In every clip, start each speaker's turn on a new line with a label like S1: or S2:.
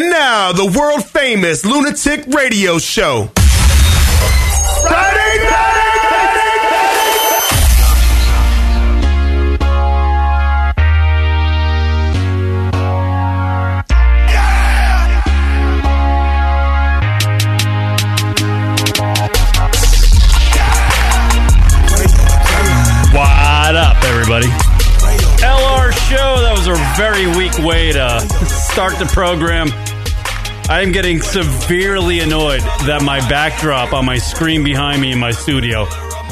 S1: now the world famous Lunatic Radio Show. Friday
S2: What up, everybody? LR show. That was a very weak way to start the program. I am getting severely annoyed that my backdrop on my screen behind me in my studio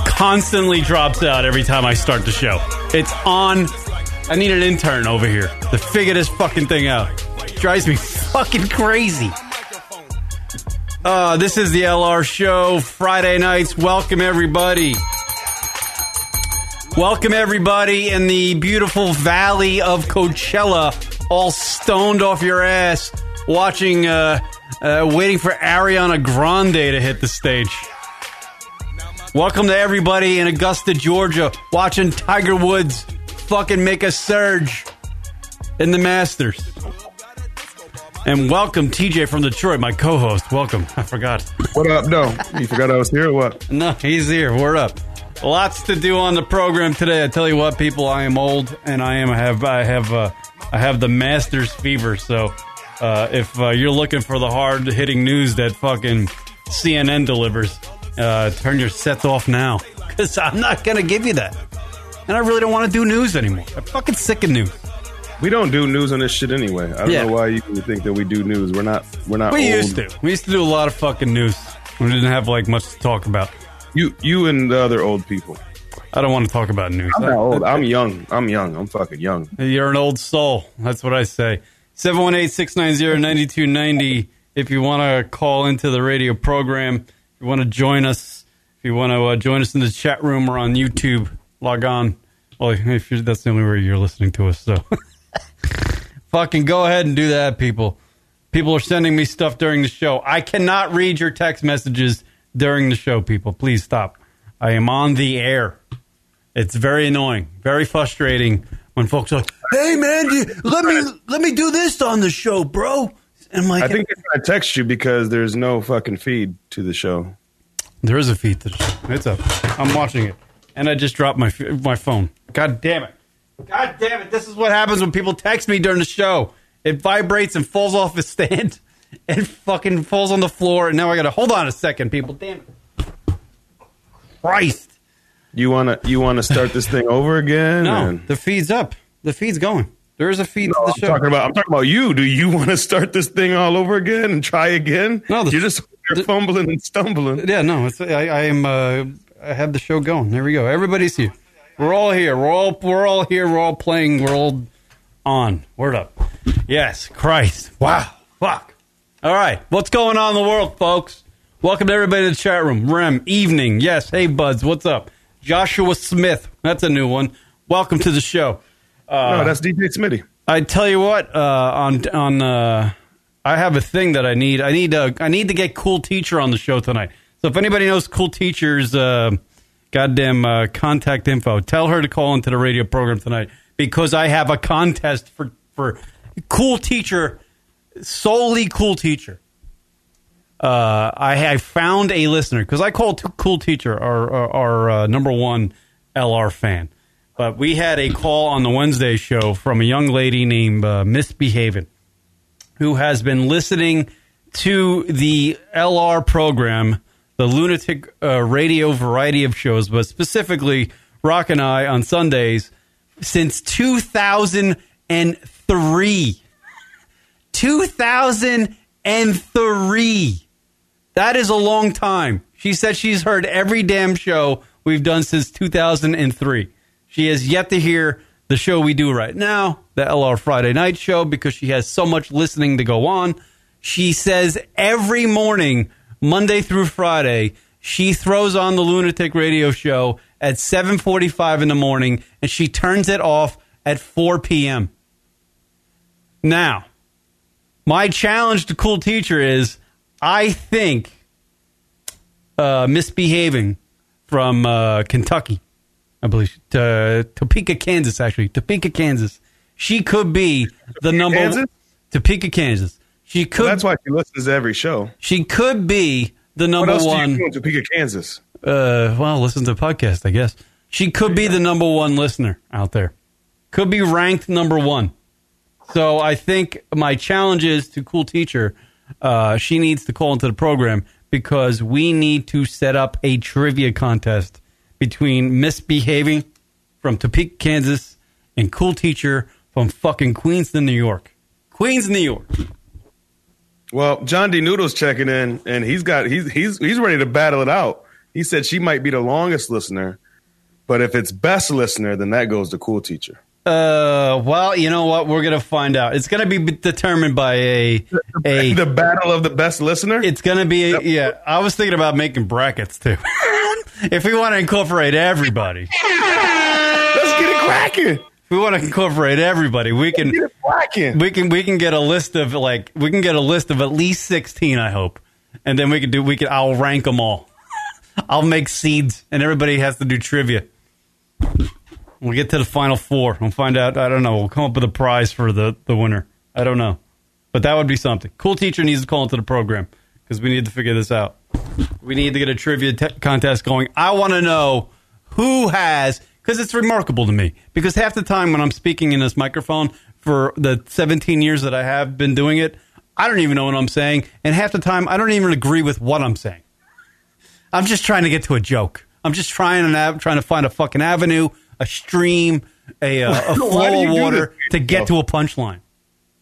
S2: constantly drops out every time I start the show. It's on. I need an intern over here to figure this fucking thing out. Drives me fucking crazy. Uh, this is the LR show, Friday nights. Welcome, everybody. Welcome, everybody, in the beautiful valley of Coachella, all stoned off your ass, watching, uh, uh, waiting for Ariana Grande to hit the stage. Welcome to everybody in Augusta, Georgia, watching Tiger Woods fucking make a surge in the Masters. And welcome, TJ from Detroit, my co host. Welcome. I forgot.
S3: What up? No, you forgot I was here. Or what?
S2: No, he's here. Word up. Lots to do on the program today. I tell you what, people, I am old and I am I have I have uh, I have the master's fever. So uh, if uh, you're looking for the hard hitting news that fucking CNN delivers, uh, turn your sets off now because I'm not gonna give you that. And I really don't want to do news anymore. I'm fucking sick of news.
S3: We don't do news on this shit anyway. I don't
S2: Yeah.
S3: know why you would think that we do news. We're not. We're not.
S2: We
S3: old.
S2: used to. We used to do a lot of fucking news. We didn't have like much to talk about.
S3: You, you, and the other old people.
S2: I don't want to talk about news.
S3: I'm not old. I'm young. I'm young. I'm fucking young.
S2: You're an old soul. That's what I say. 718 690 9290. If you want to call into the radio program, if you want to join us, if you want to uh, join us in the chat room or on YouTube, log on. Well, if you're, that's the only way you're listening to us, so fucking go ahead and do that, people. People are sending me stuff during the show. I cannot read your text messages during the show, people. Please stop. I am on the air. It's very annoying, very frustrating when folks are like, "Hey man, do you- let me let me do this on the show, bro." And I'm like,
S3: I think they tried to text you because there's no fucking feed to the show.
S2: there is a feed. To the show. It's up. I'm watching it, and I just dropped my f- my phone. God damn it! God damn it! This is what happens when people text me during the show. It vibrates and falls off the stand, and fucking falls on the floor. And now I got to hold on a second, people. Damn it! Christ!
S3: You wanna, you wanna start this thing over again?
S2: No,
S3: And-
S2: the feed's up. The feed's going. There is a feed
S3: No,
S2: to
S3: I'm
S2: the show.
S3: talking about. I'm talking about you. Do you want to start this thing all over again and try again?
S2: No, the-
S3: you're just you're
S2: the-
S3: fumbling and stumbling.
S2: Yeah, no, it's, I, I am. Uh, I have the show going. There we go. Everybody's here. We're all here. We're all we're all here. We're all playing. We're all on. Word up. Yes, Christ. Wow. Fuck. All right. What's going on in the world, folks? Welcome to everybody to the chat room. Rem evening. Yes. Hey, buds. What's up? Joshua Smith. That's a new one. Welcome to the show.
S3: no, that's DJ Smitty.
S2: I tell you what, uh, on on uh, I have a thing that I need. I need uh, I need to get Cool Teacher on the show tonight. So if anybody knows Cool Teacher's uh, goddamn uh, contact info, tell her to call into the radio program tonight because I have a contest for for Cool Teacher, solely Cool Teacher. Uh, I, I found a listener because I called Cool Teacher our our, our uh, number one LR fan, but we had a call on the Wednesday show from a young lady named uh, Misbehavin' who has been listening to the LR program, the Lunatic uh, Radio variety of shows, but specifically Rock and I on Sundays since 2003. 2003. That is a long time. She said she's heard every damn show we've done since 2003. She has yet to hear the show we do right now, the LR Friday night show, because she has so much listening to go on. She says every morning, Monday through Friday, she throws on the Lunatic Radio show at 7:45 in the morning and she turns it off at 4 p.m. Now, my challenge to cool teacher is I think uh, misbehaving from uh, Kentucky, I believe to Topeka, Kansas. Actually, Topeka, Kansas. She could be the number
S3: Kansas?
S2: Topeka, Kansas. She could.
S3: That's why she listens to every show.
S2: she could be the
S3: What
S2: number
S3: else do
S2: one.
S3: you do in Topeka, Kansas?
S2: uh, well, listen to the podcast, I guess. She could be the number one listener out there. Could be ranked number one. So I think my challenge is to cool teacher. Uh, she needs to call into the program because we need to set up a trivia contest between misbehaving from Topeka, Kansas, and cool teacher from fucking Queenston, New York. Queens, New York.
S3: Well, John D. Noodle's checking in, and he's got he's he's he's ready to battle it out. He said she might be the longest listener, but if it's best listener, then that goes to cool teacher.
S2: Uh, well, you know what? We're gonna find out. It's gonna be b- determined by a a.
S3: The battle of the best listener.
S2: It's gonna be a, yeah. I was thinking about making brackets too. if we want to incorporate everybody, if
S3: Let's get it cracking.
S2: we want to incorporate everybody, we can
S3: Get it cracking.
S2: we can we can get a list of like we can get a list of at least sixteen. I hope, and then we can do we can. I'll rank them all. I'll make seeds, and everybody has to do trivia. We'll get to the final four. We'll find out. I don't know. We'll come up with a prize for the the winner. I don't know, but that would be something. Cool teacher needs to call into the program because we need to figure this out. We need to get a trivia te- contest going. I want to know who has, because it's remarkable to me. Because half the time when I'm speaking in this microphone for the 17 years that I have been doing it, I don't even know what I'm saying. And half the time, I don't even agree with what I'm saying. I'm just trying to get to a joke. I'm just trying to nav- trying to find a fucking avenue, a stream, a, uh, a
S3: do
S2: flow
S3: you
S2: of
S3: do this Oh.
S2: water
S3: to
S2: to get
S3: yourself?
S2: to a punchline.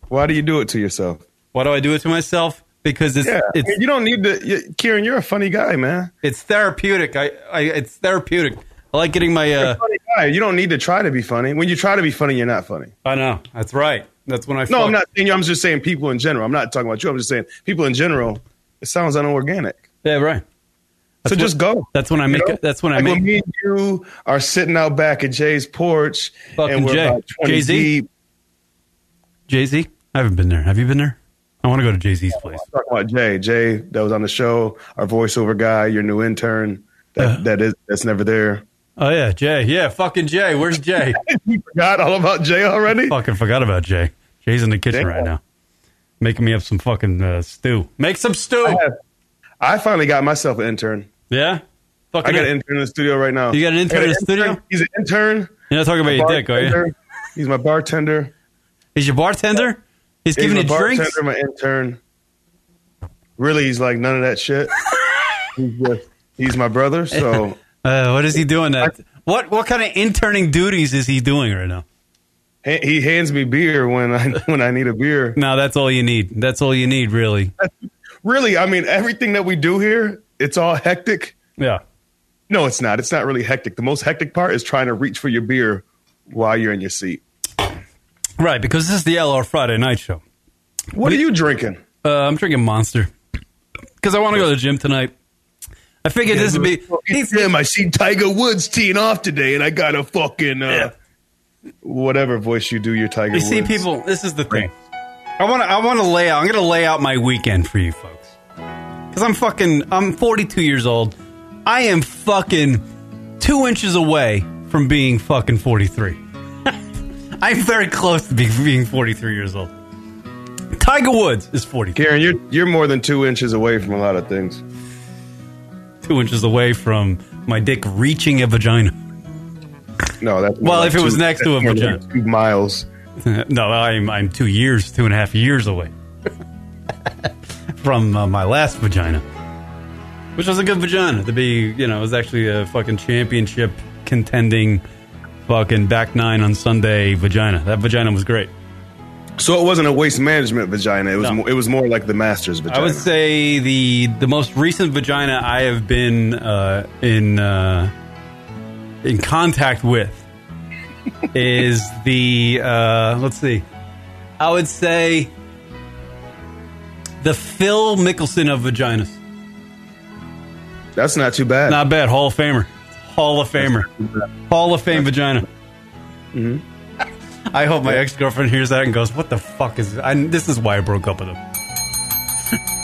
S3: Why do you do it to yourself?
S2: Why do I do it to myself? Because it's
S3: Yeah,
S2: it's
S3: you don't need to. You, Kieran, you're a funny guy, man.
S2: It's therapeutic. I, I it's therapeutic. I like getting my.
S3: You're
S2: Uh,
S3: a funny guy. You don't need to try to be funny. When you try to be funny, you're not funny.
S2: I know that's right. That's when I.
S3: No,
S2: fuck.
S3: I'm not saying you. I'm just saying people in general. I'm not talking about you. I'm just saying people in general. It sounds unorganic.
S2: Yeah, right.
S3: so just go.
S2: That's when I make.
S3: You know?
S2: That's when I
S3: like
S2: make.
S3: When me and you are sitting out back at Jay's porch,
S2: Fucking
S3: and we're
S2: Jay.
S3: about 20
S2: Jay-Z?
S3: deep.
S2: Jay Z. I haven't been there. Have you been there? I want to go to Jay Z's place.
S3: I'm talking about Jay. Jay that was on the show, our voiceover guy, your new intern.
S2: Uh.
S3: That, that is that's never there.
S2: Oh yeah, Jay. Yeah, fucking Jay. Where's Jay?
S3: You forgot all about Jay already.
S2: fucking forgot about Jay. Jay's in the kitchen
S3: Damn.
S2: right now, making me up some fucking uh, stew. Make some stew.
S3: have- I finally got myself an intern.
S2: Yeah.
S3: I
S2: Fucking.
S3: got an
S2: it.
S3: intern in the studio right now.
S2: You got an intern
S3: I got
S2: in the studio?
S3: He's an intern.
S2: You're not talking about your dick, are you?
S3: bartender. He's my bartender.
S2: He's your bartender. He's
S3: He's
S2: giving
S3: my
S2: you drinks.
S3: bartender, my intern. Really, he's like none of that shit. he's just he's my brother, so
S2: Uh, what is he doing? That what what kind of interning duties is he doing right now?
S3: he, he hands me beer when I when I need a beer.
S2: No, that's all you need. That's all you need, really.
S3: Really, I mean everything that we do here, it's all hectic.
S2: Yeah.
S3: No, it's not. It's not really hectic. The most hectic part is trying to reach for your beer while you're in your seat.
S2: Right, because this is the LR Friday night show.
S3: What are you drinking?
S2: Uh, I'm drinking Monster because I want to go to the gym tonight. I figured this would be.
S3: It's him. I seen Tiger Woods teeing off today, and I got a fucking uh, whatever voice you do. Your Tiger
S2: You
S3: Woods.
S2: see, people, this is the thing. I want to. I want to lay out. I'm going to lay out my weekend for you folks. Because I'm fucking. I'm 42 years old. I am fucking two inches away from being fucking 43. I'm very close to be, being 43 years old. Tiger Woods is 42
S3: Karen, you're you're more than two inches away from a lot of things.
S2: inches away from my dick reaching a vagina.
S3: No, that's
S2: Well, if it was next to a
S3: that's more than
S2: vagina.
S3: two miles.
S2: no, I'm I'm two years, two and a half years away from uh, my last vagina, which was a good vagina to be. You know, it was actually a fucking championship contending, fucking back nine on Sunday vagina. That vagina was great.
S3: So it wasn't a waste management vagina. It was
S2: No.
S3: mo- it was more like the master's vagina.
S2: I would say the the most recent vagina I have been uh, in uh, in contact with is the uh, let's see, I would say the Phil Mickelson of vaginas.
S3: that's not too bad.
S2: Not bad, Hall of Famer, Hall of Famer, Hall of Fame vagina. I hope my ex girlfriend hears that and goes, "What the fuck is? I, this is why I broke up with him."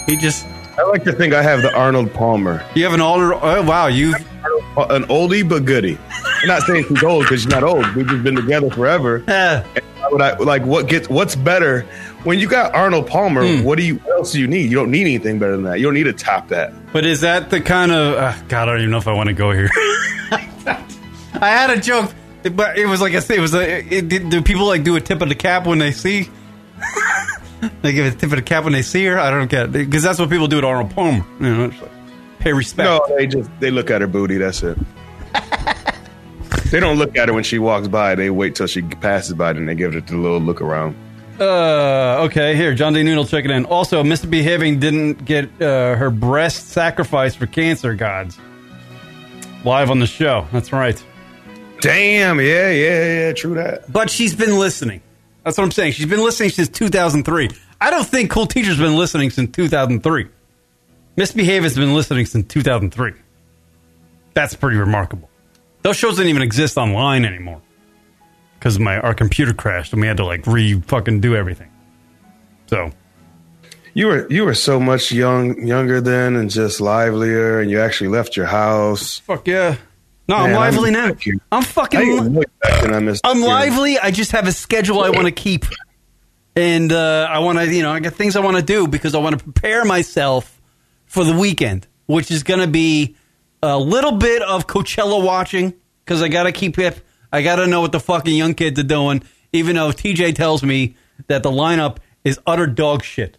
S2: he just.
S3: I like to think I have the Arnold Palmer, Uh,
S2: You have an older. Oh wow, you.
S3: an oldie but goodie. I'm not saying she's old because she's not old. We've just been together forever.
S2: Uh,
S3: Why would I- like what gets what's better when you got Arnold Palmer,
S2: Hmm.
S3: what do you what else do you need? You don't need anything better than that. You don't need to top that.
S2: But is that the kind of uh, God? I don't even know if I want to go here. I had a joke, but it was like I said, it was like, it, it- do people like do a tip of the cap when they see? they give a tip of the cap when they see her. I don't get it because that's what people do at Arnold Palmer. You know, it's like, pay respect.
S3: No, they just they look at her booty. That's it. they don't look at her when she walks by. They wait till she passes by, then they give her the little look around.
S2: Uh, okay, here, John D. Noodle checking in. Also, misbehaving didn't get uh, her breast sacrificed for cancer gods. Live on the show. That's right.
S3: Damn. Yeah. Yeah. Yeah. True that.
S2: But she's been listening. That's what I'm saying. She's been listening since 2003. I don't think Cool Teacher's been listening since 2003. Misbehave has been listening since 2003. That's pretty remarkable. Those shows didn't even exist online anymore because my our computer crashed and we had to like re fucking do everything. So
S3: You were you were so much young younger then, and just livelier, and you actually left your house.
S2: fuck yeah. No, I'm
S3: Man, I'm-
S2: lively now.
S3: thank you.
S2: I'm
S3: I
S2: fucking.
S3: didn't look back and I missed.
S2: I'm
S3: you know,
S2: lively. I just have a schedule I want to keep, and uh, I want to, you know, I got things I want to do because I want to prepare myself for the weekend, which is going to be a little bit of Coachella watching because I got to keep hip. I got to know what the fucking young kids are doing, even though TJ tells me that the lineup is utter dog shit.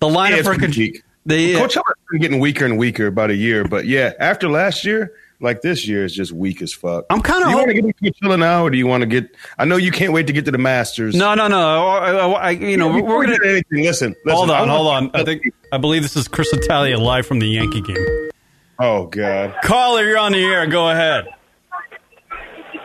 S2: The lineup
S3: Yeah, it's
S2: for
S3: pretty
S2: Coach-
S3: weak.
S2: the uh,
S3: Coachella's been getting weaker and weaker about a year, but yeah, after last year, like this year is just weak as fuck.
S2: I'm kinda
S3: Do You want to
S2: hoping-
S3: get to Coachella now, or do you want to get? I know you can't wait to get to the Masters.
S2: no, no, no. I, I- I- you know,
S3: Before
S2: we're
S3: we
S2: gonna
S3: do anything. Listen, listen,
S2: hold
S3: I
S2: on,
S3: want-
S2: hold on. I think I believe this is Chris Italia live from the Yankee game.
S3: Oh God,
S2: Caller, you're on the air. Go ahead.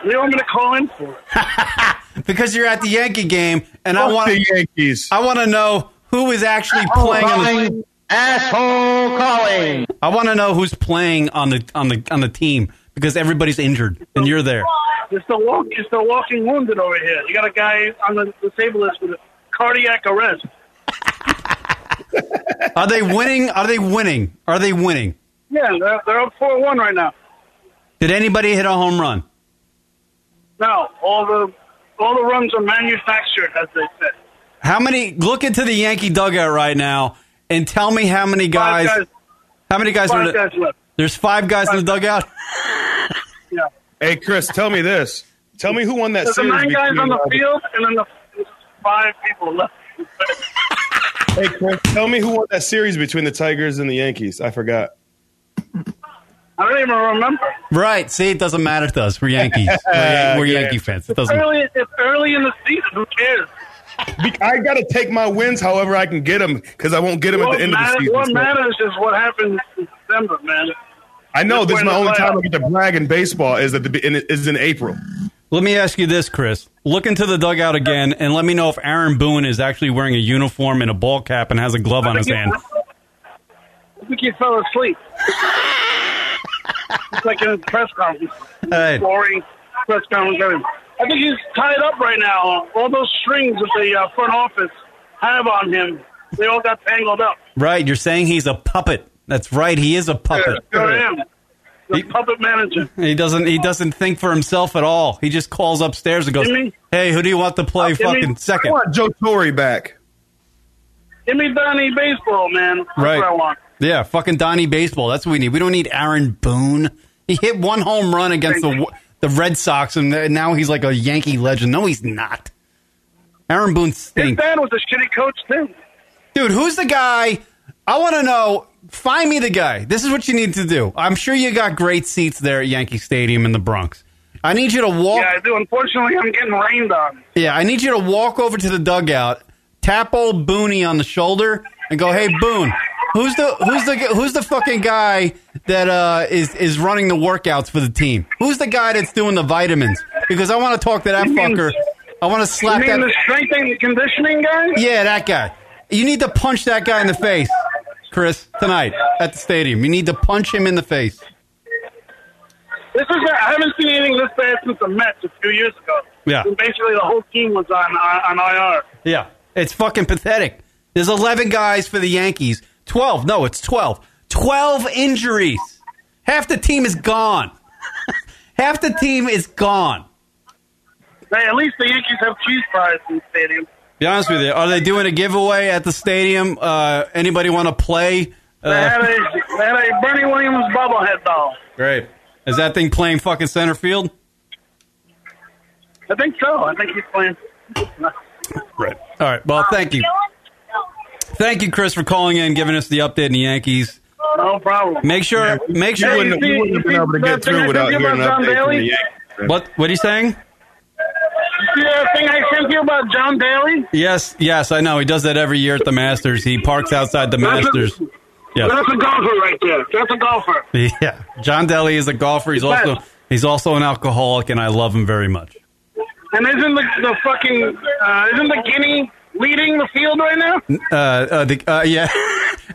S4: You know what I'm going to call in for?
S2: Because you're at the Yankee game, and I
S3: Fuck
S2: want
S3: the Yankees.
S2: I want to know who is actually playing. On the,
S5: Oh, asshole calling.
S2: I want to know who's playing on the on the on the team because everybody's injured and you're there.
S4: It's the walk. It's the walking wounded over here. You got a guy on the disabled list with a cardiac arrest.
S2: Are they winning? Are they winning? Are they winning?
S4: Yeah, they're, they're up four one right now.
S2: Did anybody hit a home run?
S4: Now all the all the runs are manufactured, as they said.
S2: How many? Look into the Yankee dugout right now and tell me how many
S4: Five
S2: guys.
S4: guys,
S2: how many guys were?
S4: five
S2: the-
S4: guys left.
S2: There's five guys in the dugout.
S4: Yeah,
S3: Hey Chris, tell me this. Tell me who won that
S4: there's the
S3: series.
S4: nine guys
S3: between,
S4: on the
S3: uh,
S4: field, and then the there's five people left.
S3: Hey Chris, tell me who won that series between the Tigers and the Yankees. I forgot.
S4: I don't even remember.
S2: Right. See, it doesn't matter to us. We're Yankees. We're, Yan- we're
S3: Okay.
S2: Yankee fans. It doesn't.
S4: Early, it's early in the season. Who cares?
S3: Be- I got to take my wins however I can get them because I won't get them at
S4: What,
S3: the end of
S4: matter-
S3: the season.
S4: what
S3: So-
S4: matters is what happens in December, man.
S3: I know this is my
S4: We're in
S3: only
S4: the
S3: time I get to brag in baseball is that the in, is in April.
S2: Let me ask you this, Chris. Look into the dugout again and let me know if Aaron Boone is actually wearing a uniform and a ball cap and has a glove on his hand.
S4: I think you fell asleep. it's like in a press conference.
S2: Hey.
S4: Boring press conference. everything. I think he's tied up right now. All those strings that the uh, front office have on him, they all got tangled up.
S2: Right, you're saying he's a puppet. That's right, he is a puppet.
S4: There I am. The puppet manager.
S2: He doesn't he doesn't think for himself at all. He just calls upstairs and goes,
S4: Jimmy?
S2: "Hey, who do you want to play
S4: Jimmy?
S2: fucking
S3: I
S2: second?
S3: want Joe Torre back.
S4: Give me Donnie baseball, man. That's
S2: Right.
S4: what I want.
S2: Yeah, fucking Donnie Baseball. That's what we need. We don't need Aaron Boone. He hit one home run against the the Red Sox, and th- now he's like a Yankee legend. No, he's not. Aaron Boone
S4: His
S2: stinks,
S4: dad was a shitty coach, too.
S2: dude. Who's the guy? I want to know. Find me the guy. This is what you need to do. I'm sure you got great seats there at Yankee Stadium in the Bronx. I need you to walk.
S4: Yeah, I do. Unfortunately, I'm getting rained on.
S2: Yeah, I need you to walk over to the dugout, tap old Booney on the shoulder, and go, "Hey, Boone, who's the who's the who's the fucking guy that uh, is is running the workouts for the team? Who's the guy that's doing the vitamins? Because I want to talk to that
S4: You mean-
S2: fucker. I want to
S4: You
S2: slap
S4: mean
S2: that.
S4: the strength and conditioning guy?
S2: yeah, that guy. You need to punch that guy in the face, Chris, tonight at the stadium. You need to punch him in the face.
S4: This is I haven't seen anything this bad since the Mets a few years ago.
S2: Yeah.
S4: And basically the whole team was on on, on IR.
S2: Yeah. It's fucking pathetic. There's 11 guys for the Yankees. 12. No, it's 12. 12 injuries. Half the team is gone. Half the team is gone.
S4: Hey, at least the Yankees have cheese fries in the stadium.
S2: Be honest with you. Are they doing a giveaway at the stadium? Uh, anybody want to play?
S4: They had
S2: Uh,
S4: a, they had a Bernie Williams bobblehead doll.
S2: great. Is that thing playing fucking center field?
S4: I think so. I think he's playing.
S2: Right. All right.
S4: Um,
S2: Well, thank you. Thank you, Chris, for calling in, giving us the update on the Yankees.
S4: No problem.
S2: Make sure, make
S3: You
S2: sure.
S4: Yeah, you
S3: wouldn't,
S4: see-
S3: you wouldn't have been
S4: you see
S3: able to get
S4: that thing I
S3: through without
S4: sent you
S3: hearing an
S4: about John
S3: update from the
S4: Daly?
S3: Yankees.
S2: What? What are you saying?
S4: See that thing I sent you about John Daly?
S2: Yes, yes, I know. He does that every year at the Masters. He parks outside the Masters. Yeah,
S4: That's a golfer right there. That's a golfer.
S2: yeah. John Daly is a golfer. He's also he's also an alcoholic, and I love him very much.
S4: And isn't the, the fucking uh, isn't the guinea leading the field right now?
S2: Uh, uh, the, uh yeah.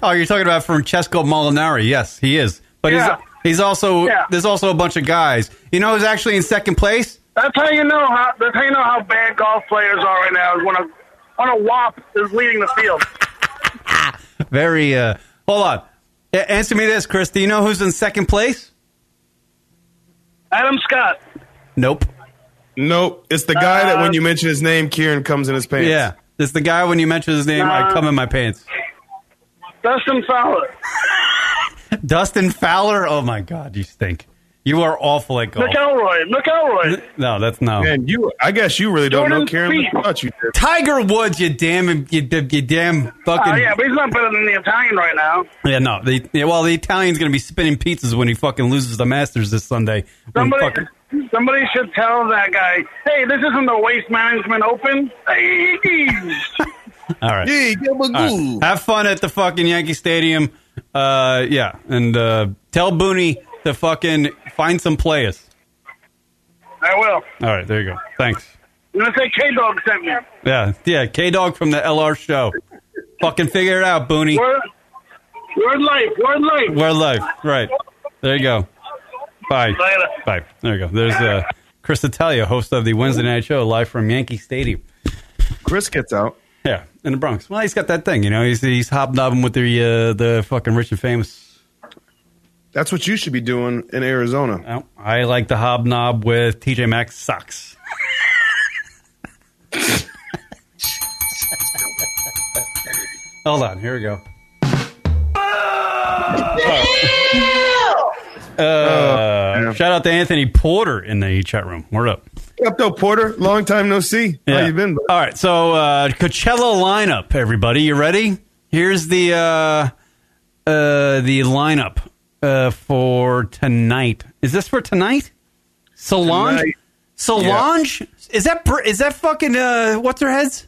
S2: oh, you're talking about Francesco Molinari? Yes, he is. But
S4: Yeah.
S2: he's he's also
S4: Yeah.
S2: there's also a bunch of guys. You know, who's actually in second place?
S4: That's how you know how that's how you know how bad golf players are right now is when a when a wop is leading the field.
S2: Very. uh Hold on. A- answer me this, Chris. Do you know who's in second place?
S4: Adam Scott.
S2: Nope.
S3: Nope. It's the guy that
S4: Uh,
S3: when you mention his name, Kieran comes in his pants.
S2: Yeah, it's the guy when you mention his name, I
S4: Nah.
S2: come in my pants.
S4: Dustin Fowler.
S2: Dustin Fowler. Oh my God, you stink. You are awful at golf.
S4: Nick Elroy. Nick Elroy.
S2: No, that's no.
S3: Man, you. I guess you really don't know Kieran.
S4: Jordan Speed.
S3: but I thought you did.
S2: Tiger Woods, you damn, you, you, you damn fucking.
S4: Oh yeah, but he's not better than the Italian right now.
S2: Yeah, no. The, yeah, well, the Italian's gonna be spinning pizzas when he fucking loses the Masters this Sunday. When
S4: Somebody
S2: fucking-
S4: somebody should tell that guy, hey, this isn't the waste management open.
S2: all right.
S3: Yeah, give him a
S2: All right.
S3: goo.
S2: Have fun at the fucking Yankee Stadium. Uh, yeah, and uh, tell Booney to fucking find some players.
S4: I will.
S2: All right, there you go. Thanks.
S4: I'm gonna say K Dog sent me.
S2: Yeah, yeah. K Dog from the LR show. fucking figure it out, Booney.
S4: Word, word life, word life.
S2: We're live. Right. There you go. Bye.
S4: Later.
S2: Bye. There you go. There's uh, Chris Italia, host of the Wednesday night show, live from Yankee Stadium.
S3: Chris gets out.
S2: Yeah, in the Bronx. Well, he's got that thing, you know. He's he's hobnobbing with the uh, the fucking rich and famous.
S3: That's what you should be doing in Arizona.
S2: Oh, I like to hobnob with TJ Maxx socks. Hold on. Here we go. Uh,
S3: yeah.
S2: Shout out to Anthony Porter in the chat room. We're up.
S3: Epto Porter, long time no see. How you been? bud?
S2: All right, so uh, Coachella lineup, everybody. You ready? Here's the uh, uh, the lineup uh, for tonight. Is this for tonight? Solange.
S3: Tonight.
S2: Solange is that Br- is that fucking uh, what's her head's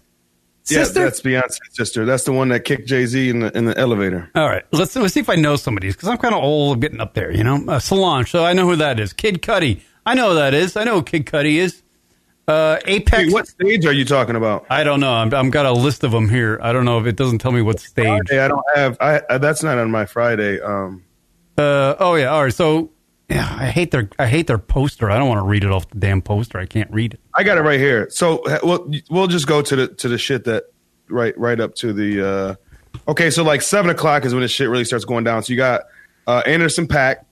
S3: Yeah,
S2: sister?
S3: that's Beyonce's sister. That's the one that kicked Jay Z in the in the elevator.
S2: All right, let's let's see if I know some of these because I'm kind of old, getting up there, you know. Uh, Solange, so I know who that is. Kid Cudi, I know who that is. I know who Kid Cudi is. Uh, Apex.
S3: Hey, what stage are you talking about?
S2: I don't know. I'm, I'm got a list of them here. I don't know if it doesn't tell me what stage.
S3: Hey, I don't have. I, I that's not on my Friday. Um,
S2: Uh, oh yeah. All right. So yeah, I hate their I hate their poster. I don't want to read it off the damn poster. I can't read it.
S3: I got it right here. So h- we'll we'll just go to the to the shit that right right up to the. uh Okay, so like seven o'clock is when this shit really starts going down. So you got uh Anderson Pack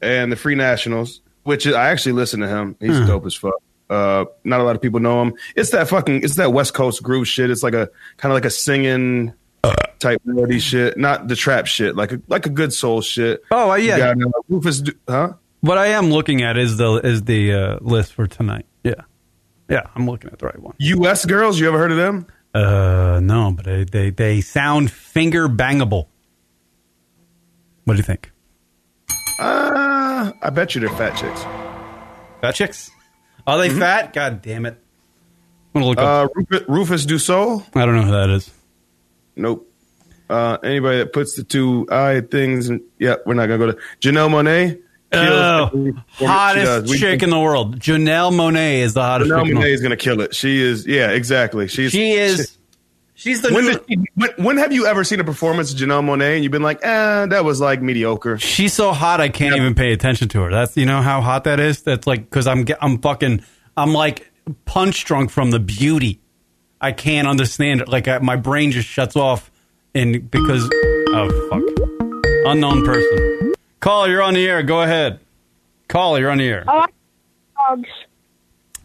S3: and the Free Nationals, which is, I actually listen to him. He's dope as fuck. Uh, not a lot of people know him. It's that fucking it's that West Coast groove shit. It's like a kind of like a singing type melody shit, not the trap shit. Like a like a good soul shit.
S2: Oh, uh,
S3: You
S2: yeah.
S3: got, uh, Rufus, Du- huh?
S2: What I am looking at is the is the uh, list for tonight. Yeah, yeah. I'm looking at the right one.
S3: U.S. girls. You ever heard of them?
S2: Uh, no, but they they, they sound finger bangable. What do you think?
S3: Uh, I bet you they're fat chicks.
S2: Fat chicks? Are they fat? God damn it! Mm-hmm. I'm gonna look up.
S3: Uh, Rufus, Rufus Dussault?
S2: I don't know who that is.
S3: Nope. Uh, anybody that puts the two eye things, in, yeah, we're not gonna go to Janelle Monet.
S2: Oh, hottest chick in the world. Janelle Monet is the hottest chick.
S3: Janelle
S2: in the
S3: Monet
S2: world.
S3: is gonna kill it. She is, yeah, exactly. She's
S2: She is. She's the
S3: When,
S2: new-
S3: did she, when, when have you ever seen a performance of Janelle Monet and you've been like, eh, that was like mediocre?
S2: She's so hot I can't even pay attention to her. That's you know how hot that is. That's like because I'm ge- I'm fucking I'm like punch drunk from the beauty. I can't understand it. Like I, my brain just shuts off, and because oh fuck, unknown person. Call, you're on the air. Go ahead. Call, you're on the air.
S6: I like dogs.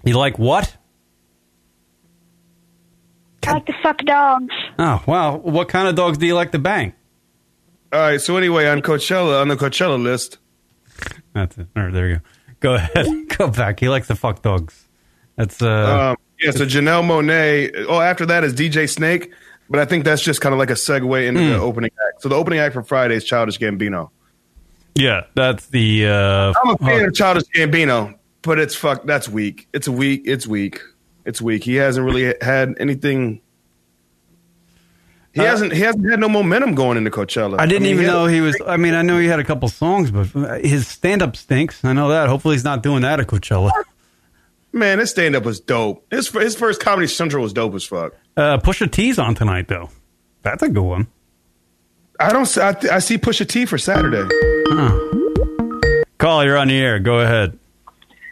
S2: You like what?
S6: I like to fuck dogs.
S2: Oh wow! What kind of dogs do you like to bang?
S3: All right. So anyway, on Coachella, on the Coachella list,
S2: That's it. All right, there you go. Go ahead. go back. He likes to fuck dogs. That's uh.
S3: um, yeah. So Janelle Monet. Oh, after that is DJ Snake, but I think that's just kind of like a segue into the opening act. So the opening act for Friday is Childish Gambino. Oh.
S2: yeah, that's the. Uh,
S3: I'm a fan of Childish Gambino, but it's fuck. That's weak. It's weak. It's weak. It's weak. He hasn't really had anything. He hasn't. He hasn't had no momentum going into Coachella.
S2: I didn't
S3: mean,
S2: even
S3: he-
S2: know he was. I mean, I know he had a couple songs, but uh, his stand-up stinks. I know that. Hopefully, he's not doing that at Coachella.
S3: Man, his stand up was dope. His his first Comedy Central was dope as fuck.
S2: Uh, Pusha T's on tonight, though. That's a good one.
S3: I don't. see- I, th- I see Pusha T for Saturday.
S2: Call, you're on the air. Go ahead.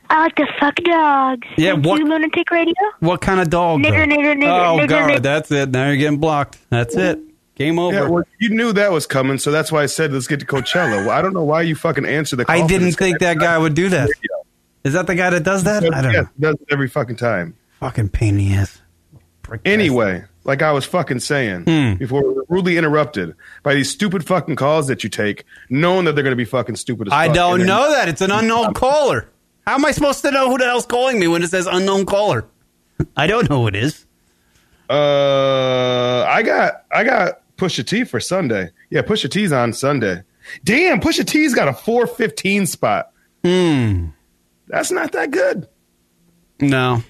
S6: I like to fuck dogs.
S2: Yeah,
S6: Thank
S2: what-
S6: You lunatic radio.
S2: What kind of dog? though?
S6: Nigger, nigger, nigger,
S2: oh
S6: nigger,
S2: God,
S6: nigger.
S2: that's it. Now you're getting blocked. That's it. Game over.
S3: Yeah, well, you knew that was coming, so that's why I said let's get to Coachella. Well, I don't know why you fucking answer the. Call
S2: I
S3: for
S2: didn't
S3: this
S2: think that guy would do that. Is that the guy that does that?
S3: guy.
S2: I don't
S3: Yeah,
S2: know.
S3: does it every fucking time.
S2: Fucking pain in the ass. Prick face.
S3: Anyway, like I was fucking saying
S2: Hmm.
S3: before, we were rudely interrupted by these stupid fucking calls that you take, knowing that they're going to be fucking stupid. As
S2: I
S3: fuck. And
S2: don't
S3: then-
S2: know that. It's an unknown caller. How am I supposed to know who the hell's calling me when it says unknown caller? I don't know who it is.
S3: Uh, I got I got Pusha T for Sunday. Yeah, Pusha T's on Sunday. Damn, Pusha T's got a four fifteen spot.
S2: Hmm.
S3: That's not that good.
S2: No.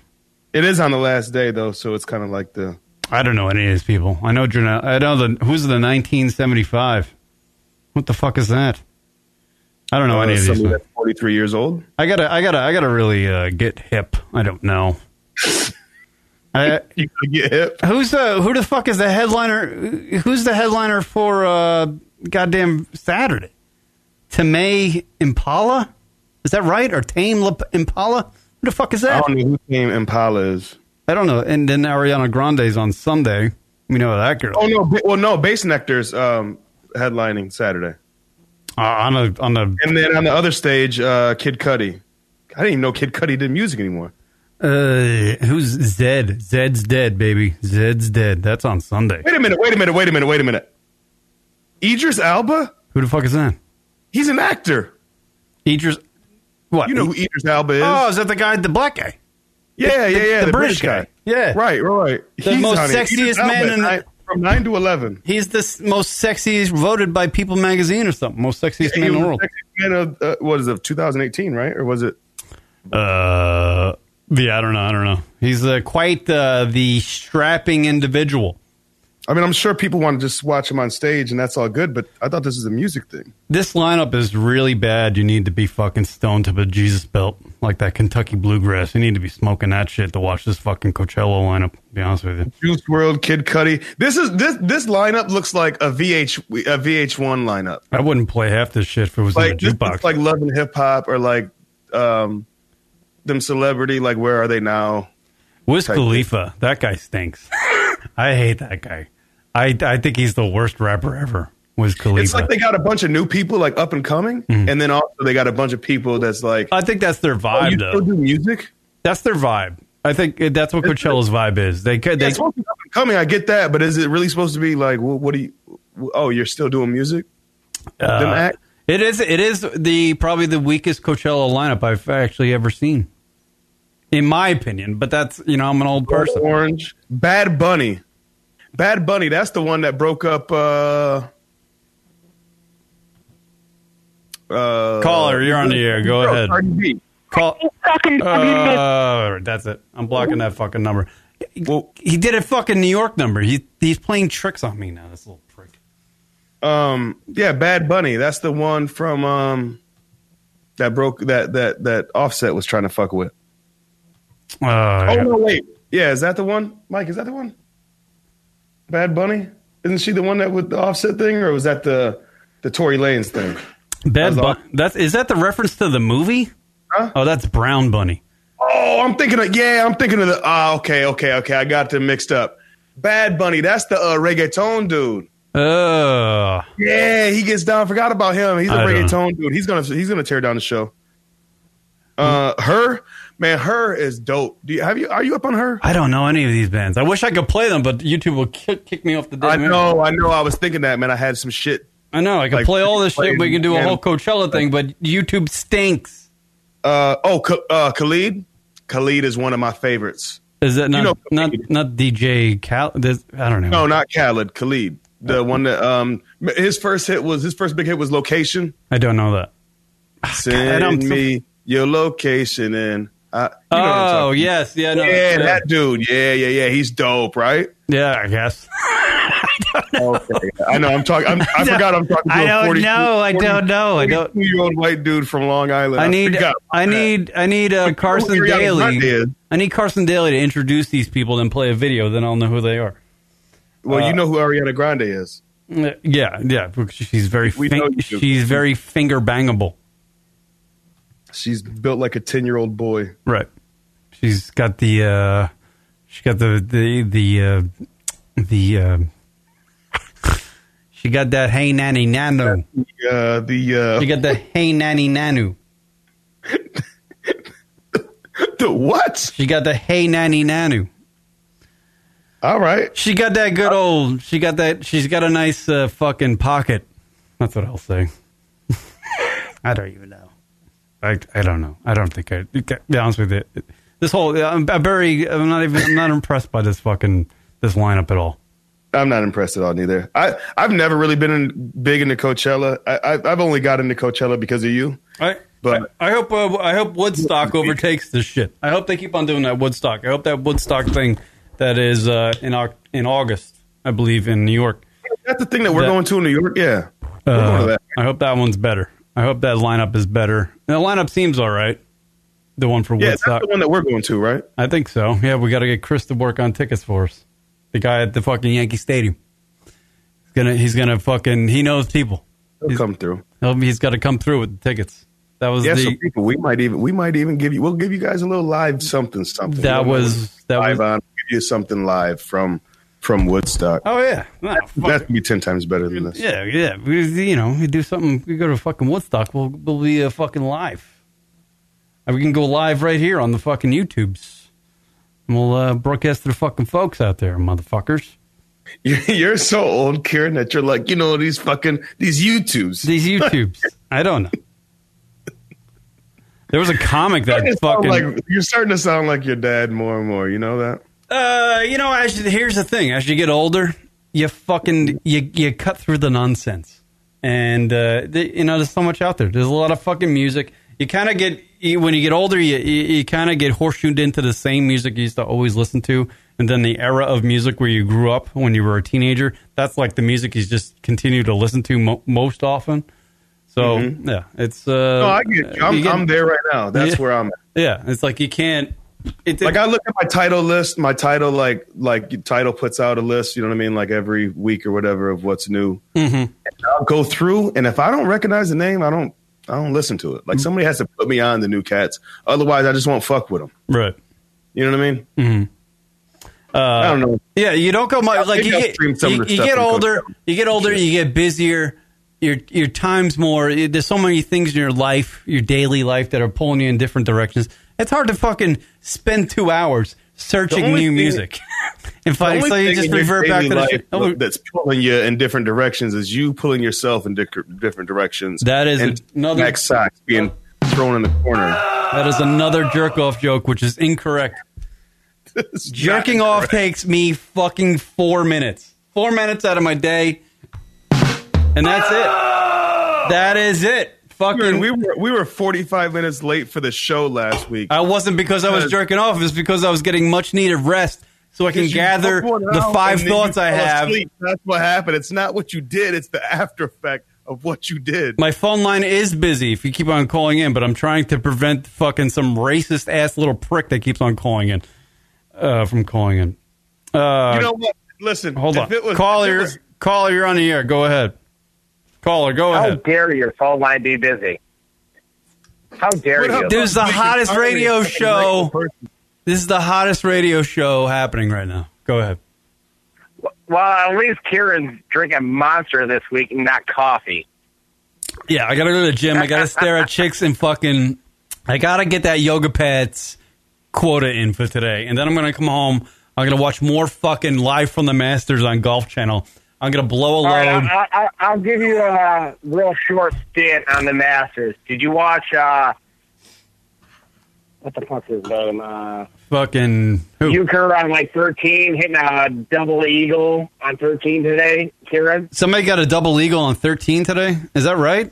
S3: It is on the last day though, so it's kind of like the
S2: I don't know any of these people. I know Janelle. I know the who's the 1975. What the fuck is that? I don't know Oh, any
S3: uh,
S2: of these.
S3: somebody
S2: people.
S3: that's forty three years old.
S2: I gotta, I gotta, I gotta really uh, get hip. I don't know. I,
S3: You gotta get hip.
S2: who's the who the fuck is the headliner? Who's the headliner for uh, goddamn Saturday? Tame Impala, is that right? Or Tame Lip- Impala? Who the fuck is
S3: I
S2: that?
S3: don't know who Team Impala is.
S2: I don't know. And then Ariana Grande's on Sunday. We know that girl
S3: Oh no, ba- well no, Bass Nectar's um, headlining Saturday,
S2: uh, on a on a
S3: and then on the other stage, uh, Kid Cudi. I didn't even know Kid Cudi did music anymore.
S2: Uh, who's Zed? Zed's dead, baby. Zed's dead. That's on Sunday.
S3: Wait a minute, wait a minute, wait a minute, wait a minute. Idris Alba?
S2: Who the fuck is that?
S3: He's an actor.
S2: Idris. What?
S3: You know who Idris Alba is?
S2: oh, is that the guy? The black guy.
S3: yeah, yeah,
S2: the-
S3: yeah.
S2: the British guy. Yeah.
S3: Right, right.
S2: The most sexiest man in the-
S3: the- from nine to eleven.
S2: He's the s- most sexiest voted by People Magazine or something. Most sexiest
S3: He
S2: man in
S3: was
S2: the
S3: the
S2: world.
S3: sexiest man of uh, what is it, 2018, right? Or was it?
S2: Uh, yeah, I don't know. I don't know. He's uh, quite uh, the strapping individual.
S3: I mean, I'm sure people want to just watch him on stage, and that's all good. But I thought this is a music thing.
S2: This lineup is really bad. You need to be fucking stoned to the Jesus belt, like that Kentucky bluegrass. You need to be smoking that shit to watch this fucking Coachella lineup. To be honest with you.
S3: Juice World, Kid Cudi. This is this this lineup looks like a VH a VH1 lineup.
S2: I wouldn't play half this shit if it was
S3: Like
S2: in a
S3: this
S2: jukebox.
S3: looks like Love and Hip Hop or like um them celebrity. Like where are they now?
S2: Wiz
S3: type
S2: Khalifa, that guy stinks. I hate that guy. I, I think he's the worst rapper ever. Wiz Khalifa.
S3: It's like they got a bunch of new people like up and coming,
S2: Mm-hmm.
S3: and then also they got a bunch of people that's like,
S2: I think that's their
S3: oh,
S2: vibe,
S3: you still
S2: though.
S3: do music?
S2: That's their vibe. I think it- that's what Coachella's vibe is. They could.
S3: Yeah,
S2: They,
S3: it's supposed to be up and coming. I get that, but is it really supposed to be like, well, what do you? Oh, you're still doing music?
S2: Uh,
S3: Them act-
S2: it is. It is the probably the weakest Coachella lineup I've actually ever seen, in my opinion. But that's you know I'm an old person.
S3: Orange, Bad Bunny, Bad Bunny. That's the one that broke up. uh uh,
S2: Caller, you're on the air. Go
S3: Yo,
S2: ahead.
S3: Cardi B.
S2: Call.
S6: Fucking dog, you dick.
S2: Uh, that's it. I'm blocking that fucking number.
S3: Well,
S2: He did a fucking New York number. He he's playing tricks on me now. This little prick.
S3: Um, yeah, Bad Bunny. That's the one from um that broke that that that Offset was trying to fuck with.
S2: Oh,
S3: Oh
S2: yeah.
S3: no, wait. Yeah, is that the one? Mike, is that the one? Bad Bunny? Isn't she the one that with the Offset thing, or was that the the Tory Lanez thing?
S2: Bad
S3: That's
S2: Bunny.
S3: all.
S2: That's is that the reference to the movie?
S3: Huh?
S2: Oh, that's Brown Bunny.
S3: Oh, I'm thinking of yeah, I'm thinking of the. Ah, okay, okay, okay. I got them mixed up. Bad Bunny. That's the uh, reggaeton dude.
S2: Oh,
S3: Yeah, he gets down. Forgot about him. He's a
S2: I don't know.
S3: reggaeton dude. He's gonna he's gonna tear down the show. Uh, her Man, her is dope. Do you have you? Are you up on her?
S2: I don't know any of these bands. I wish I could play them, but YouTube will kick, kick me off the.
S3: I
S2: damn air.
S3: know, I know. I was thinking that, man. I had some shit.
S2: I know. I can
S3: Like,
S2: play all this
S3: play
S2: shit. We can do a
S3: and-
S2: whole Coachella thing, but YouTube stinks.
S3: Uh, oh, K- uh, Khalid. Khalid is one of my favorites.
S2: Is that not
S3: know-
S2: not not DJ Cal? This, I don't know.
S3: No, not Khalid. Khalid, the one that um, his first hit was his first big hit was Location.
S2: I don't know that.
S3: Send
S2: Ah, I'm so-
S3: me your location and I. You know what I'm
S2: Oh
S3: talking
S2: yes, yeah, no,
S3: about. yeah, that dude. Yeah, yeah, yeah. He's dope, right?
S2: yeah. I guess.
S3: Okay, I know. I'm talking. I'm, I forgot. I'm talking. To
S2: I
S3: a
S2: don't
S3: 42
S2: know. I don't know. I don't.
S3: Year old white dude from Long Island.
S2: I need.
S3: forgot.
S2: I need. I need uh, Carson
S3: Ariana Grande.
S2: Daly. I need Carson Daly to introduce these people and play a video. Then I'll know who they are.
S3: Well, you know who Ariana Grande is.
S2: Uh, Yeah, yeah. because She's very.
S3: We know
S2: Fin-
S3: you do.
S2: she's very finger bangable.
S3: She's built like a ten year old boy.
S2: Right. She's got the. uh She got the the the uh, the. Uh, she got that hey nanny nano.
S3: Uh, the uh,
S2: She got the hey nanny nanu.
S3: the what?
S2: She got the hey nanny nanu.
S3: All right.
S2: She got that good old. She got that. She's got a nice uh, fucking pocket. That's what I'll say. I don't even know. I I don't know. I don't think I. To be honest with you, this whole I'm, I'm very. I'm not even. I'm not impressed by this fucking this lineup at all.
S3: I'm not impressed at all, neither. I I've never really been in, big into Coachella. I, I I've only got into Coachella because of you.
S2: I
S3: But-
S2: I, I hope uh, I hope Woodstock overtakes this shit. I hope they keep on doing that Woodstock. I hope that Woodstock thing that is uh, in Au- in August, I believe, in New York.
S3: That's the thing that we're
S2: That-
S3: going to in New York. Yeah, we're
S2: Uh,
S3: going to that.
S2: I hope that one's better. I hope that lineup is better. And the lineup seems all right. The one for
S3: Yeah,
S2: Woodstock.
S3: that's the one that we're going to, right?
S2: I think so. Yeah, we got to get Chris to work on tickets for us. The guy at the fucking Yankee Stadium. He's gonna. He's gonna fucking. He knows people.
S3: It'll
S2: He's-
S3: come through.
S2: He'll- He's got to come through with the tickets. That was
S3: Yeah,
S2: the.
S3: so people, we might even we might even give you we'll give you guys a little live something something.
S2: That
S3: We'll-
S2: was- that
S3: live
S2: was-
S3: on give you something live from from Woodstock.
S2: oh yeah. No, fuck.
S3: That'd be ten times better than this.
S2: yeah, yeah. We, you know, we do something. We go to fucking Woodstock. We'll we'll be uh, fucking live. And we can go live right here on the fucking YouTubes. And we'll uh, broadcast to the fucking folks out there, motherfuckers.
S3: You're, you're so old, Kieran, that you're like you know these fucking these YouTubes.
S2: These YouTubes. I don't know. There was a comic
S3: You
S2: that
S3: sound
S2: fucking.
S3: like- you're starting to sound like your dad more and more. You know that.
S2: uh, you know, as you, here's the thing: as you get older, you fucking you you cut through the nonsense, and uh, the, you know, there's so much out there. There's a lot of fucking music. You kind of get you, when you get older, you you, you kind of get horseshoed into the same music you used to always listen to, and then the era of music where you grew up when you were a teenager. That's like the music you just continue to listen to mo- most often. So yeah, it's uh,
S3: Mm-hmm. No, I get you. I'm,
S2: you get-
S3: I'm there right now. That's
S2: Yeah.
S3: where I'm. At.
S2: Yeah, it's like you can't. It,
S3: Like I look at my title list. My title, like like title, puts out a list. You know what I mean? Like every week or whatever of what's new. Mm-hmm. And I'll go through, and if I don't recognize the name, I don't. I don't listen to
S2: Mm-hmm.
S3: it. Like somebody has to put me on the new cats. Otherwise, I just won't fuck with them.
S2: right.
S3: You know what I mean? Mm-hmm.
S2: Uh,
S3: I don't know.
S2: Yeah, you don't go much. Like you
S3: maybe I'll
S2: get,
S3: stream some of
S2: you,
S3: the
S2: you
S3: stuff
S2: get
S3: and go
S2: older,
S3: down.
S2: you get older, you get busier. Your your time's more. it- There's so many things in your life, your daily life, that are pulling you in different directions. It's hard to fucking spend two hours searching
S3: only
S2: new
S3: thing-
S2: music and
S3: The
S2: find.
S3: only
S2: So you
S3: thing
S2: just
S3: in your
S2: revert back
S3: daily
S2: to the.
S3: life
S2: shit. Oh,
S3: that's pulling you in different directions is you pulling yourself in dic- different directions.
S2: That is
S3: and
S2: another-
S3: Max Socks being thrown in the corner.
S2: that is another jerk off joke, which is incorrect.
S3: It's not
S2: Jerking off takes me fucking four minutes. Four minutes out of my day. And that's it. That is it. Fucking.
S3: Kieran, Ah! we were we were 45 minutes late for the show last week.
S2: I wasn't because I was jerking off. It was because I was getting much needed rest so I can
S3: You
S2: gather
S3: took one
S2: the
S3: out and
S2: five
S3: then
S2: thoughts
S3: you
S2: I
S3: fell
S2: have.
S3: asleep. That's what happened. It's not what you did. It's the after effect of what you did.
S2: My phone line is busy if you keep on calling in, but I'm trying to prevent fucking some racist ass little prick that keeps on calling in uh, from calling in. Uh,
S3: you know what? Listen,
S2: hold
S3: if
S2: on.
S3: It was, if
S2: caller,
S3: it
S2: you're,
S3: was- Oh,
S2: caller, you're on the air. Go ahead. Caller, go
S7: How
S2: ahead.
S7: dare your phone line be busy? How dare
S3: What
S7: you?
S3: up?
S2: This is the
S3: Fucking
S2: hottest
S3: sorry.
S2: radio
S3: Fucking
S2: show.
S3: great person.
S2: This is the hottest radio show happening right now. Go ahead.
S7: Well, at least Kieran's drinking Monster this week and not coffee.
S2: Yeah, I gotta go to the gym. I gotta stare at chicks and fucking. I gotta get that yoga pants quota in for today, and then I'm going to come home. I'm going to watch more fucking live from the Masters on Golf Channel. I'm going to blow a load.
S7: All right, I, I, I'll give you a real short stint on the Masters. Did you watch? uh What the fuck's his name? Uh,
S2: fucking who?
S7: Euchre on like 13, hitting a double eagle on 13 today, Kieran.
S2: Somebody got a double eagle on 13 today. Is that right?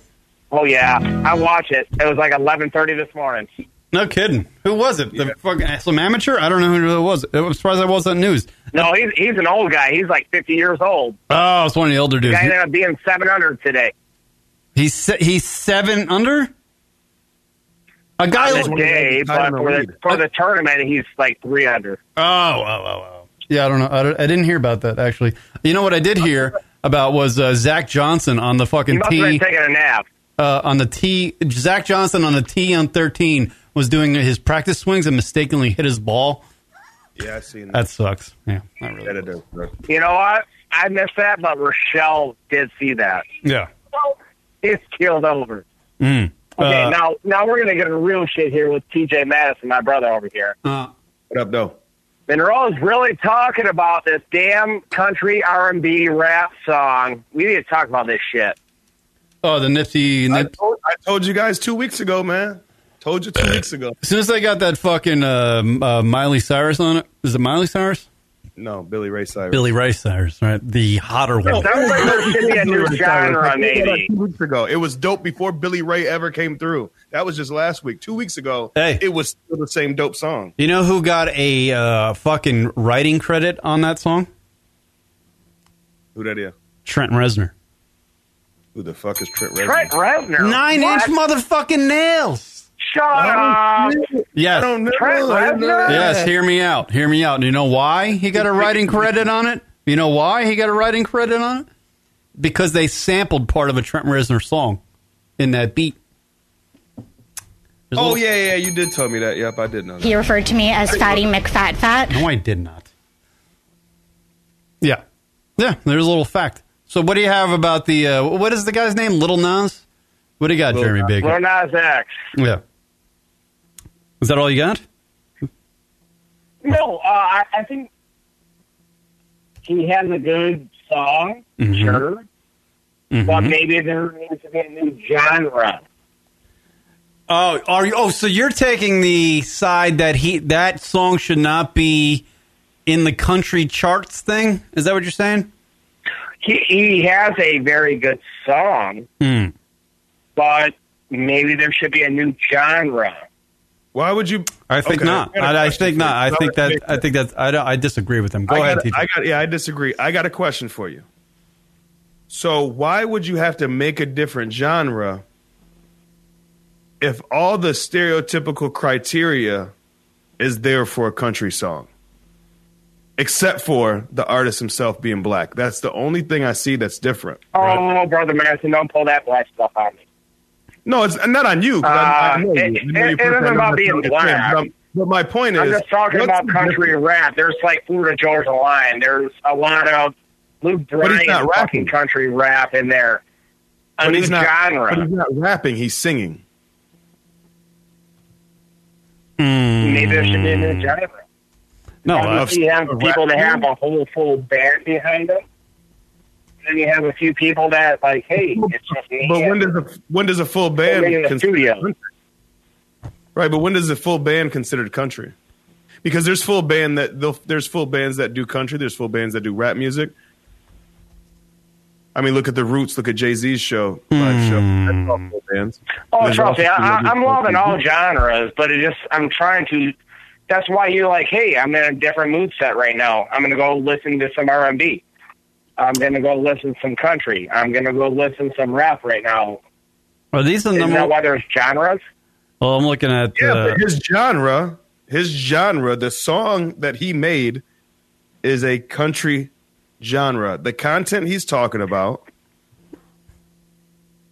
S7: Oh yeah, I watch it. It was like 11:30 this morning.
S2: No kidding. Who was it? The fucking some amateur? I don't know who it was. I'm surprised I wasn't news.
S7: No, he's he's an old guy. He's like 50 years old.
S2: Oh, it's one of the older dudes.
S7: Guy ended up being 700 today.
S2: He's se- he's seven under. A guy.
S7: On the day,
S3: I
S7: but
S3: don't know
S7: for the,
S3: either.
S7: for the tournament, he's like 300.
S2: Oh, oh, oh, oh. Yeah, I don't know. I, don't- I didn't hear about that actually. You know what I did hear about was uh, Zach Johnson on the
S7: He
S2: fucking
S7: must have
S2: tee
S7: been taking a nap.
S2: uh, on the tee. Zach Johnson on the tee on 13 was doing his practice swings and mistakenly hit his ball.
S3: Yeah, I seen that.
S2: That sucks. Yeah, not really.
S3: That it does, bro.
S7: You know what? I missed that, but Rochelle did see that.
S2: Yeah.
S7: It's killed over.
S2: Mm.
S7: Okay,
S2: Uh,
S7: now now we're gonna get into real shit here with TJ Madison, my brother over here.
S2: uh,
S3: What up, though?
S7: Monroe's really talking about this damn country R and B rap song. We need to talk about this shit.
S2: oh, the Nipsey.
S3: I
S2: Nip-
S3: told, I told you guys two weeks ago, man. Told you two weeks ago.
S2: As soon as I got that fucking uh, uh, Miley Cyrus on it, is it Miley Cyrus?
S3: No, Billy Ray Cyrus.
S2: Billy Ray Cyrus, right? The hotter one.
S7: Sounds like there should be a new genre, maybe.
S3: Two weeks ago, it was dope before Billy Ray ever came through. That was just last week. Two weeks ago,
S2: Hey.
S3: it was still the same dope song.
S2: You know who got a uh, fucking writing credit on that song?
S3: Who that is?
S2: Trent Reznor.
S3: Who the fuck is Trent Reznor?
S7: Trent Reznor,
S2: Nine
S7: What?
S2: inch motherfucking nails.
S7: Shut up!
S3: I
S2: Yes.
S3: don't know.
S7: Trent
S3: I don't know.
S7: Reznor?
S2: Yes, hear me out. Hear me out. And you know why he got a writing credit on it? You know why he got a writing credit on it? Because they sampled part of a Trent Reznor song in that beat. There's a
S3: Oh
S2: little-
S3: yeah, yeah, you did tell me that. Yep, I did know. That.
S8: He referred to me as Fatty McFatFat.
S2: No, I did not. Yeah. Yeah, there's a little fact. So what do you have about the, uh, what is the guy's name? Little Nas? What do you got,
S3: Lil
S2: Jeremy
S3: Nas.
S2: Big?
S7: Lil Nas X.
S2: Yeah. Is that all you got?
S7: No, uh, I, I think he has a good song,
S3: Mm-hmm.
S7: sure, but maybe there needs to be a new genre.
S2: Oh, are you? Oh, so you're taking the side that he that song should not be in the country charts thing? Is that what you're saying?
S7: He he has a very good song,
S2: Hmm.
S7: but maybe there should be a new genre.
S3: Why would you?
S2: I think
S3: Okay,
S2: not.
S3: I got a
S2: I, I
S3: question
S2: think
S3: for
S2: not. I
S3: you.
S2: think that. I
S3: I
S2: think that's. I don't. I disagree with him. Go ahead,
S3: got,
S2: TJ.
S3: I got. Yeah, I disagree. I got a question for you. So why would you have to make a different genre if all the stereotypical criteria is there for a country song? Except for the artist himself being black. That's the only thing I see that's different.
S7: Oh, brother Madison, don't pull that black stuff on me.
S3: No, it's not on you. 'cause I- I
S7: Uh,
S3: know you.
S7: it-
S3: I know you
S7: it- it
S3: personally.
S7: isn't
S3: I know
S7: about
S3: how
S7: being
S3: you get
S7: black.
S3: there, But, but my point
S7: I'm
S3: is,
S7: just talking
S3: what's
S7: about
S3: the
S7: country rap. There's like Florida Georgia Line. There's a lot of Luke
S3: he's
S7: Bryan
S3: not rapping.
S7: fucking country rap in there. A
S3: But
S7: new
S3: he's not-
S7: genre.
S3: But he's not rapping; he's singing. Mm.
S7: Maybe there should be a new genre.
S2: no, uh,
S7: Obviously, you have
S3: I've-
S7: people that have a whole full band behind them. Then you have a few people that like, hey, it's just me.
S3: But when does a, when does a full band
S7: in the
S3: cons-
S7: studio?
S3: right? But when does a full band considered country? Because there's full band that they'll- there's full bands that do country. There's full bands that do rap music. I mean, look at the Roots. Look at Jay Z's show, live show. That's all full bands.
S7: Oh,
S3: There's
S7: trust me,
S3: also
S7: I, I- I'm
S3: people that
S7: loving
S3: do-
S7: all genres, but it just I'm trying to. That's why you're like, hey, I'm in a different mood set right now. I'm gonna go listen to some R&B. I'm gonna go listen to some country. I'm gonna go listen to some rap right now.
S2: are these the
S7: Isn't
S2: number?
S7: that why there's genres?
S2: Well, I'm looking at.
S3: Yeah,
S2: uh,
S3: but his genre, his genre, the song that he made is a country genre. The content he's talking about,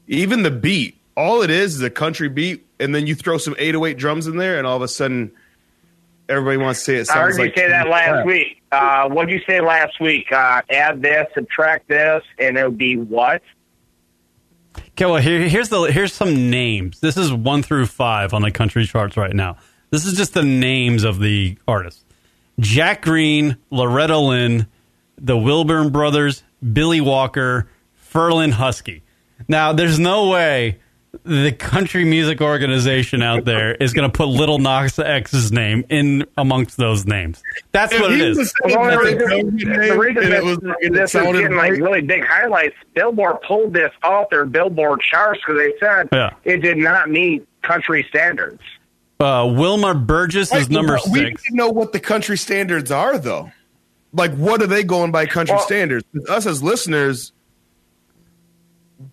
S3: even the beat, all it is is a country beat, and then you throw some 808 drums in there, and all of a sudden, everybody wants to say it
S7: I
S3: sounds
S7: heard you
S3: like.
S7: say that last week. Uh, what did you say last week? Uh, add this, subtract this, and it'll be what?
S2: Okay, well here, here's the here's some names. This is one through five on the country charts right now. This is just the names of the artists: Jack Green, Loretta Lynn, the Wilburn Brothers, Billy Walker, Ferlin Husky. Now, there's no way the country music organization out there is going to put Little Knox X's name in amongst those names. That's
S3: If
S2: what it
S3: he
S2: is.
S3: was
S7: The only
S3: That's a
S7: reason-
S3: good name,
S7: the reason
S3: and it
S7: this,
S3: was- and it
S7: this is
S3: sounded
S7: getting like
S3: great.
S7: really big highlights, Billboard pulled this off their Billboard charts because they said
S2: Yeah.
S7: it did not meet country standards.
S2: Uh, Wilma Burgess is
S3: Like,
S2: number
S3: we
S2: six.
S3: didn't know what the country standards are, though. Like, what are they going by country
S7: Well-
S3: standards? Us as listeners,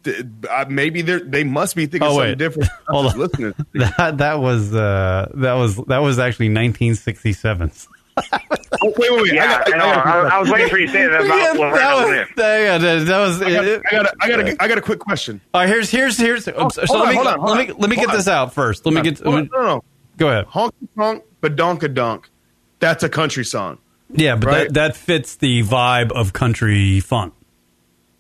S3: th- uh, maybe they they must be thinking
S2: Oh,
S3: something
S2: wait.
S3: different. than us
S2: Hold
S3: as
S2: on.
S3: listeners.
S2: That that was uh, that was that was actually 1967.
S3: Oh, wait, wait, wait. I
S7: Yeah,
S3: got-
S7: I, know.
S3: I
S7: I,
S3: got-
S7: I was waiting for you to say that
S2: Yeah, that
S7: about Loretta
S2: was,
S7: Lynn.
S2: yeah, that- that was-
S3: I got-
S2: it-
S3: I got- I got a- I got a quick question.
S2: All right, here's here's here's. oops, so
S3: hold on,
S2: let me
S3: hold on, hold
S2: let me
S3: on.
S2: let me get
S3: Hold
S2: this out first. Let me get.
S3: Hold
S2: Let
S3: on,
S2: me,
S3: no, no,
S2: go ahead.
S3: honky tonk, badonka donk. That's a country song,
S2: Yeah, but
S3: Right.
S2: that, that fits the vibe of country funk.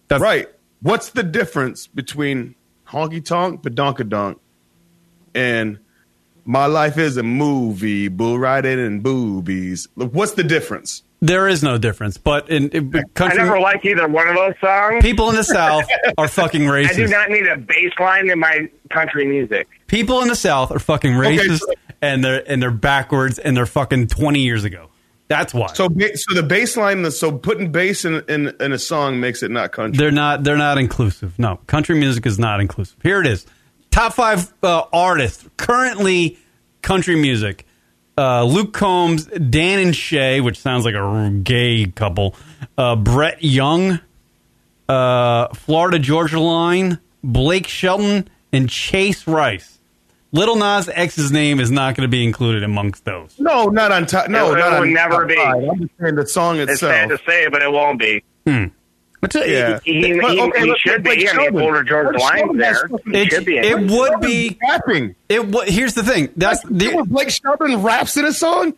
S2: That's
S3: right? What's the difference between honky tonk, badonka donk, and my life is a movie, bull riding and boobies? What's the difference?
S2: There is no difference, but in, in
S7: I
S2: country,
S7: never liked either one of those songs.
S2: people in the South are fucking
S7: I do
S2: racist.
S7: not need a bass line in my country music.
S2: people in the South are fucking
S3: Okay,
S2: racist,
S3: so-
S2: and they're and they're backwards, and they're fucking twenty years ago. That's why.
S3: So, ba- so the bass line, so putting bass in, in in a song makes it not country.
S2: They're not. They're not inclusive. No, country music is not inclusive. Here it is: top five uh, artists currently country music. Uh, Luke Combs, Dan and Shay, which sounds like a r- gay couple. Uh, Brett Young, uh, Florida Georgia Line, Blake Shelton, and Chase Rice. Little Nas X's name is not going to be included amongst those.
S3: No, not on top. No,
S7: It- it
S3: not
S7: would
S3: on
S7: never
S3: top
S7: be.
S3: five. I'm just saying the song
S7: It's sad
S3: itself.
S7: to say, but it won't be.
S2: But to-
S3: Yeah.
S7: He, he,
S3: But, okay,
S7: he
S3: look,
S7: should
S3: Blake
S7: be. I mean,
S3: Shelton.
S7: older George
S3: Blake
S7: Lyons
S3: Shelton has
S7: there.
S3: fucking-
S7: He should be.
S2: It
S7: in.
S2: would be.
S3: rapping.
S2: It wa- here's the thing. That's
S3: You know
S2: the,
S3: when Blake Shelton raps in a song.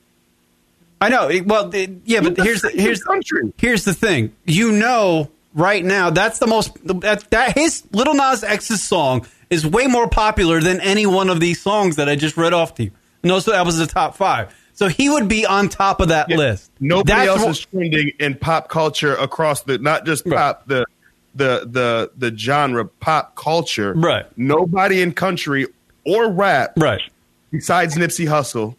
S2: I know. it- Well, it- yeah, but
S3: That's
S2: here's the,
S3: fucking
S2: here's
S3: country.
S2: here's the thing. You know, right now, that's the most that that his Little Nas X's song is way more popular than any one of these songs that I just read off to you. And also, that was the top five. So he would be on top of that list.
S3: Nobody
S2: That's
S3: else
S2: what-
S3: is trending in pop culture across the not just
S2: Right.
S3: pop the the the the genre pop culture.
S2: Right.
S3: Nobody in country or rap
S2: right.
S3: besides Nipsey Hussle,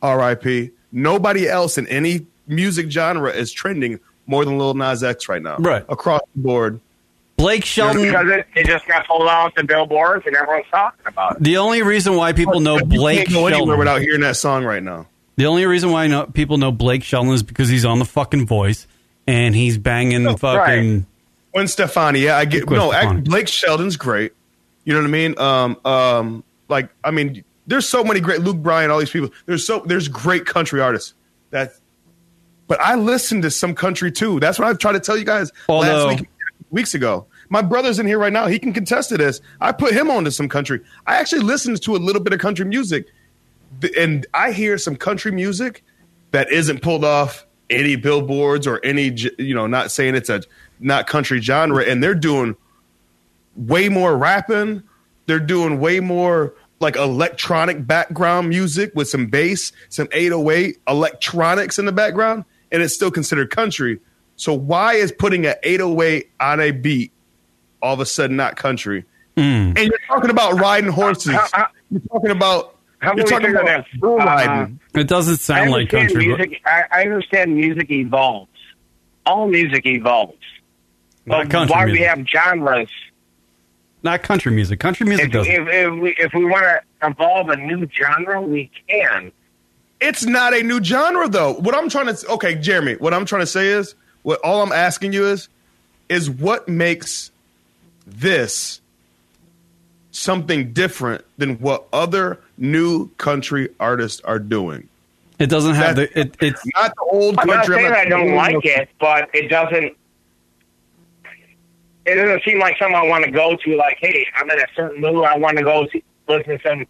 S3: R.I.P. Nobody else in any music genre is trending more than Lil Nas X right now.
S2: Right.
S3: across the board.
S2: Blake Shelton.
S7: because it, it just got pulled off the billboards and everyone's talking about it.
S2: The only reason why people know
S3: But you
S2: Blake
S3: can't go anywhere
S2: Shelton
S3: without hearing that song right now.
S2: The only reason why I know, people know Blake Shelton is because he's on the fucking Voice and he's
S3: Oh,
S2: banging the fucking.
S3: Gwen Stefani. Yeah, I get
S2: Gwen
S3: no.
S2: Stefani.
S3: act Blake Sheldon's great. You know what I mean? Um, um, like I mean, there's so many great Luke Bryan, all these people. There's so there's great country artists. That, but I listen to some country too. That's what I tried to tell you guys
S2: Although-
S3: last week, weeks ago. My brother's in here right now. He can contest to this. I put him onto some country. I actually listened to a little bit of country music, th- and I hear some country music that isn't pulled off any billboards or any j- you know not saying it's a not country genre and they're doing way more rapping they're doing way more like electronic background music with some bass some 808 electronics in the background and it's still considered country so why is putting an 808 on a beat all of a sudden not country
S2: mm.
S3: and you're talking about riding horses
S7: How- how-
S3: you're talking about
S7: How
S3: you're
S7: can we
S3: talking
S7: figure
S3: about
S7: that?
S3: bull riding.
S7: Uh,
S2: It doesn't
S7: I
S2: sound like
S7: understand
S2: country. but-
S7: music. I, I understand music evolves. All music evolves.
S2: Not
S7: But
S2: country
S7: why we
S2: music.
S7: have genres?
S2: not country music. Country music
S7: If,
S2: doesn't.
S7: if, if we, if we want to evolve a new genre, we can.
S3: It's not a new genre though. What I'm trying to okay, Jeremy, what I'm trying to say is what all I'm asking you is is what makes this something different than what other new country artists are doing.
S2: It doesn't have
S3: That-
S2: the. It, it's
S3: Not the old
S7: I'm not
S3: country.
S7: saying I don't like
S3: it.
S7: it, but it doesn't. It doesn't seem like something I want to go to. Like, hey, I'm in a certain mood. I want to go see, listen to some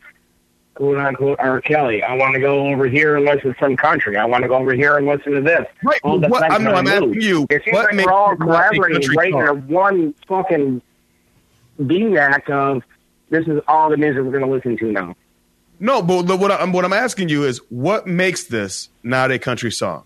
S7: quote unquote R. Kelly. I want to go over here and listen to some country. I want to go over here and listen to this.
S3: Right,
S7: All
S3: but what-
S7: depends
S3: I'm- no,
S7: on
S3: I'm
S7: the
S3: asking
S7: mood.
S3: you,
S7: It seems
S3: what
S7: like
S3: makes
S7: we're all
S3: it not a
S7: collaborating
S3: country
S7: right
S3: song?
S7: in one fucking being act of this is all the music we're going to listen to now.
S3: No, but the- what I'm what I'm asking you is what makes this not a country song?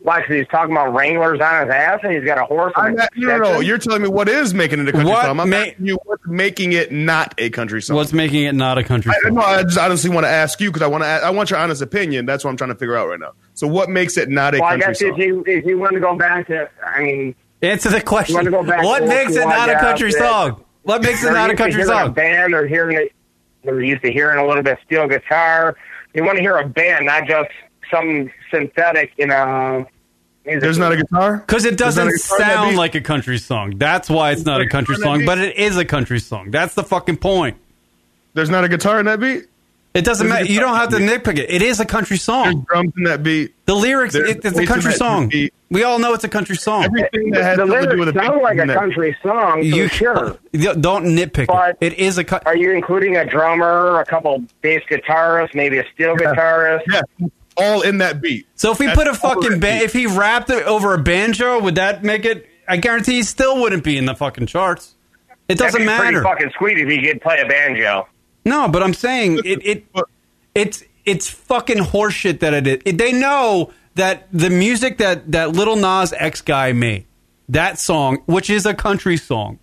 S7: Why? 'Cause he's talking about Wranglers on his ass and he's got a horse.
S3: I'm
S7: and a
S3: not, no, no, no,
S7: Stetson?
S3: you're telling me what is making it a country
S2: What
S3: song. I'm
S2: ma-
S3: asking you what's making it not a country song.
S2: What's making it not a country
S3: I,
S2: song?
S3: no, I just honestly want to ask you because I want to. I want your honest opinion. That's what I'm trying to figure out right now. So, what makes it not a
S7: Well, I
S3: country
S7: guess if
S3: song?
S7: you if you want to go back to, I mean,
S2: Answer the question.
S7: You wanna go back
S2: What
S7: and
S2: makes it
S7: look
S2: not a
S7: wide
S2: country
S7: out there?
S2: song? What makes it
S7: they're
S2: not a
S7: used to
S2: country
S7: hearing A
S2: song?
S7: band, they're hearing it. They're used to hearing a little bit of steel guitar. They want to hear a band, not just some synthetic. You know, music.
S3: There's not a guitar.
S2: Because it
S3: There's not a guitar
S2: doesn't
S3: in that
S2: sound
S3: beat.
S2: like a country song. That's why it's not a country song, but it is a country song. That's the fucking point.
S3: There's not a guitar in that beat.
S2: It doesn't
S3: There's a
S2: matter. You don't have to
S3: guitar-
S2: nitpick it. It is a country
S3: There's
S2: song.
S3: drums in that beat.
S2: The lyrics,
S3: there's
S2: it, it's a
S3: voice
S2: country
S3: in that
S2: song.
S3: beat.
S2: We all know it's a country song.
S3: Everything that has
S7: the
S3: something to do with
S7: lyrics
S3: a
S7: sound
S3: beat
S7: like
S3: in
S7: a
S3: that-
S7: country song. You
S2: You
S7: sure?
S2: don't nitpick it.
S7: But-
S2: It is a country.
S7: Are you including a drummer, a couple bass guitarists, maybe a steel guitarist?
S3: Yeah, all in that beat.
S2: So if we
S3: That's
S2: put a fucking
S3: already-
S2: ba- if he rapped it over a banjo, would that make it? I guarantee he still wouldn't be in the fucking charts. It doesn't
S7: That'd be
S2: matter.
S7: Pretty fucking sweet if he could play a banjo.
S2: No, but I'm saying it, it it's it's fucking horseshit that it is. It- They know that the music that that little Nas X guy made, that song, which is a country song,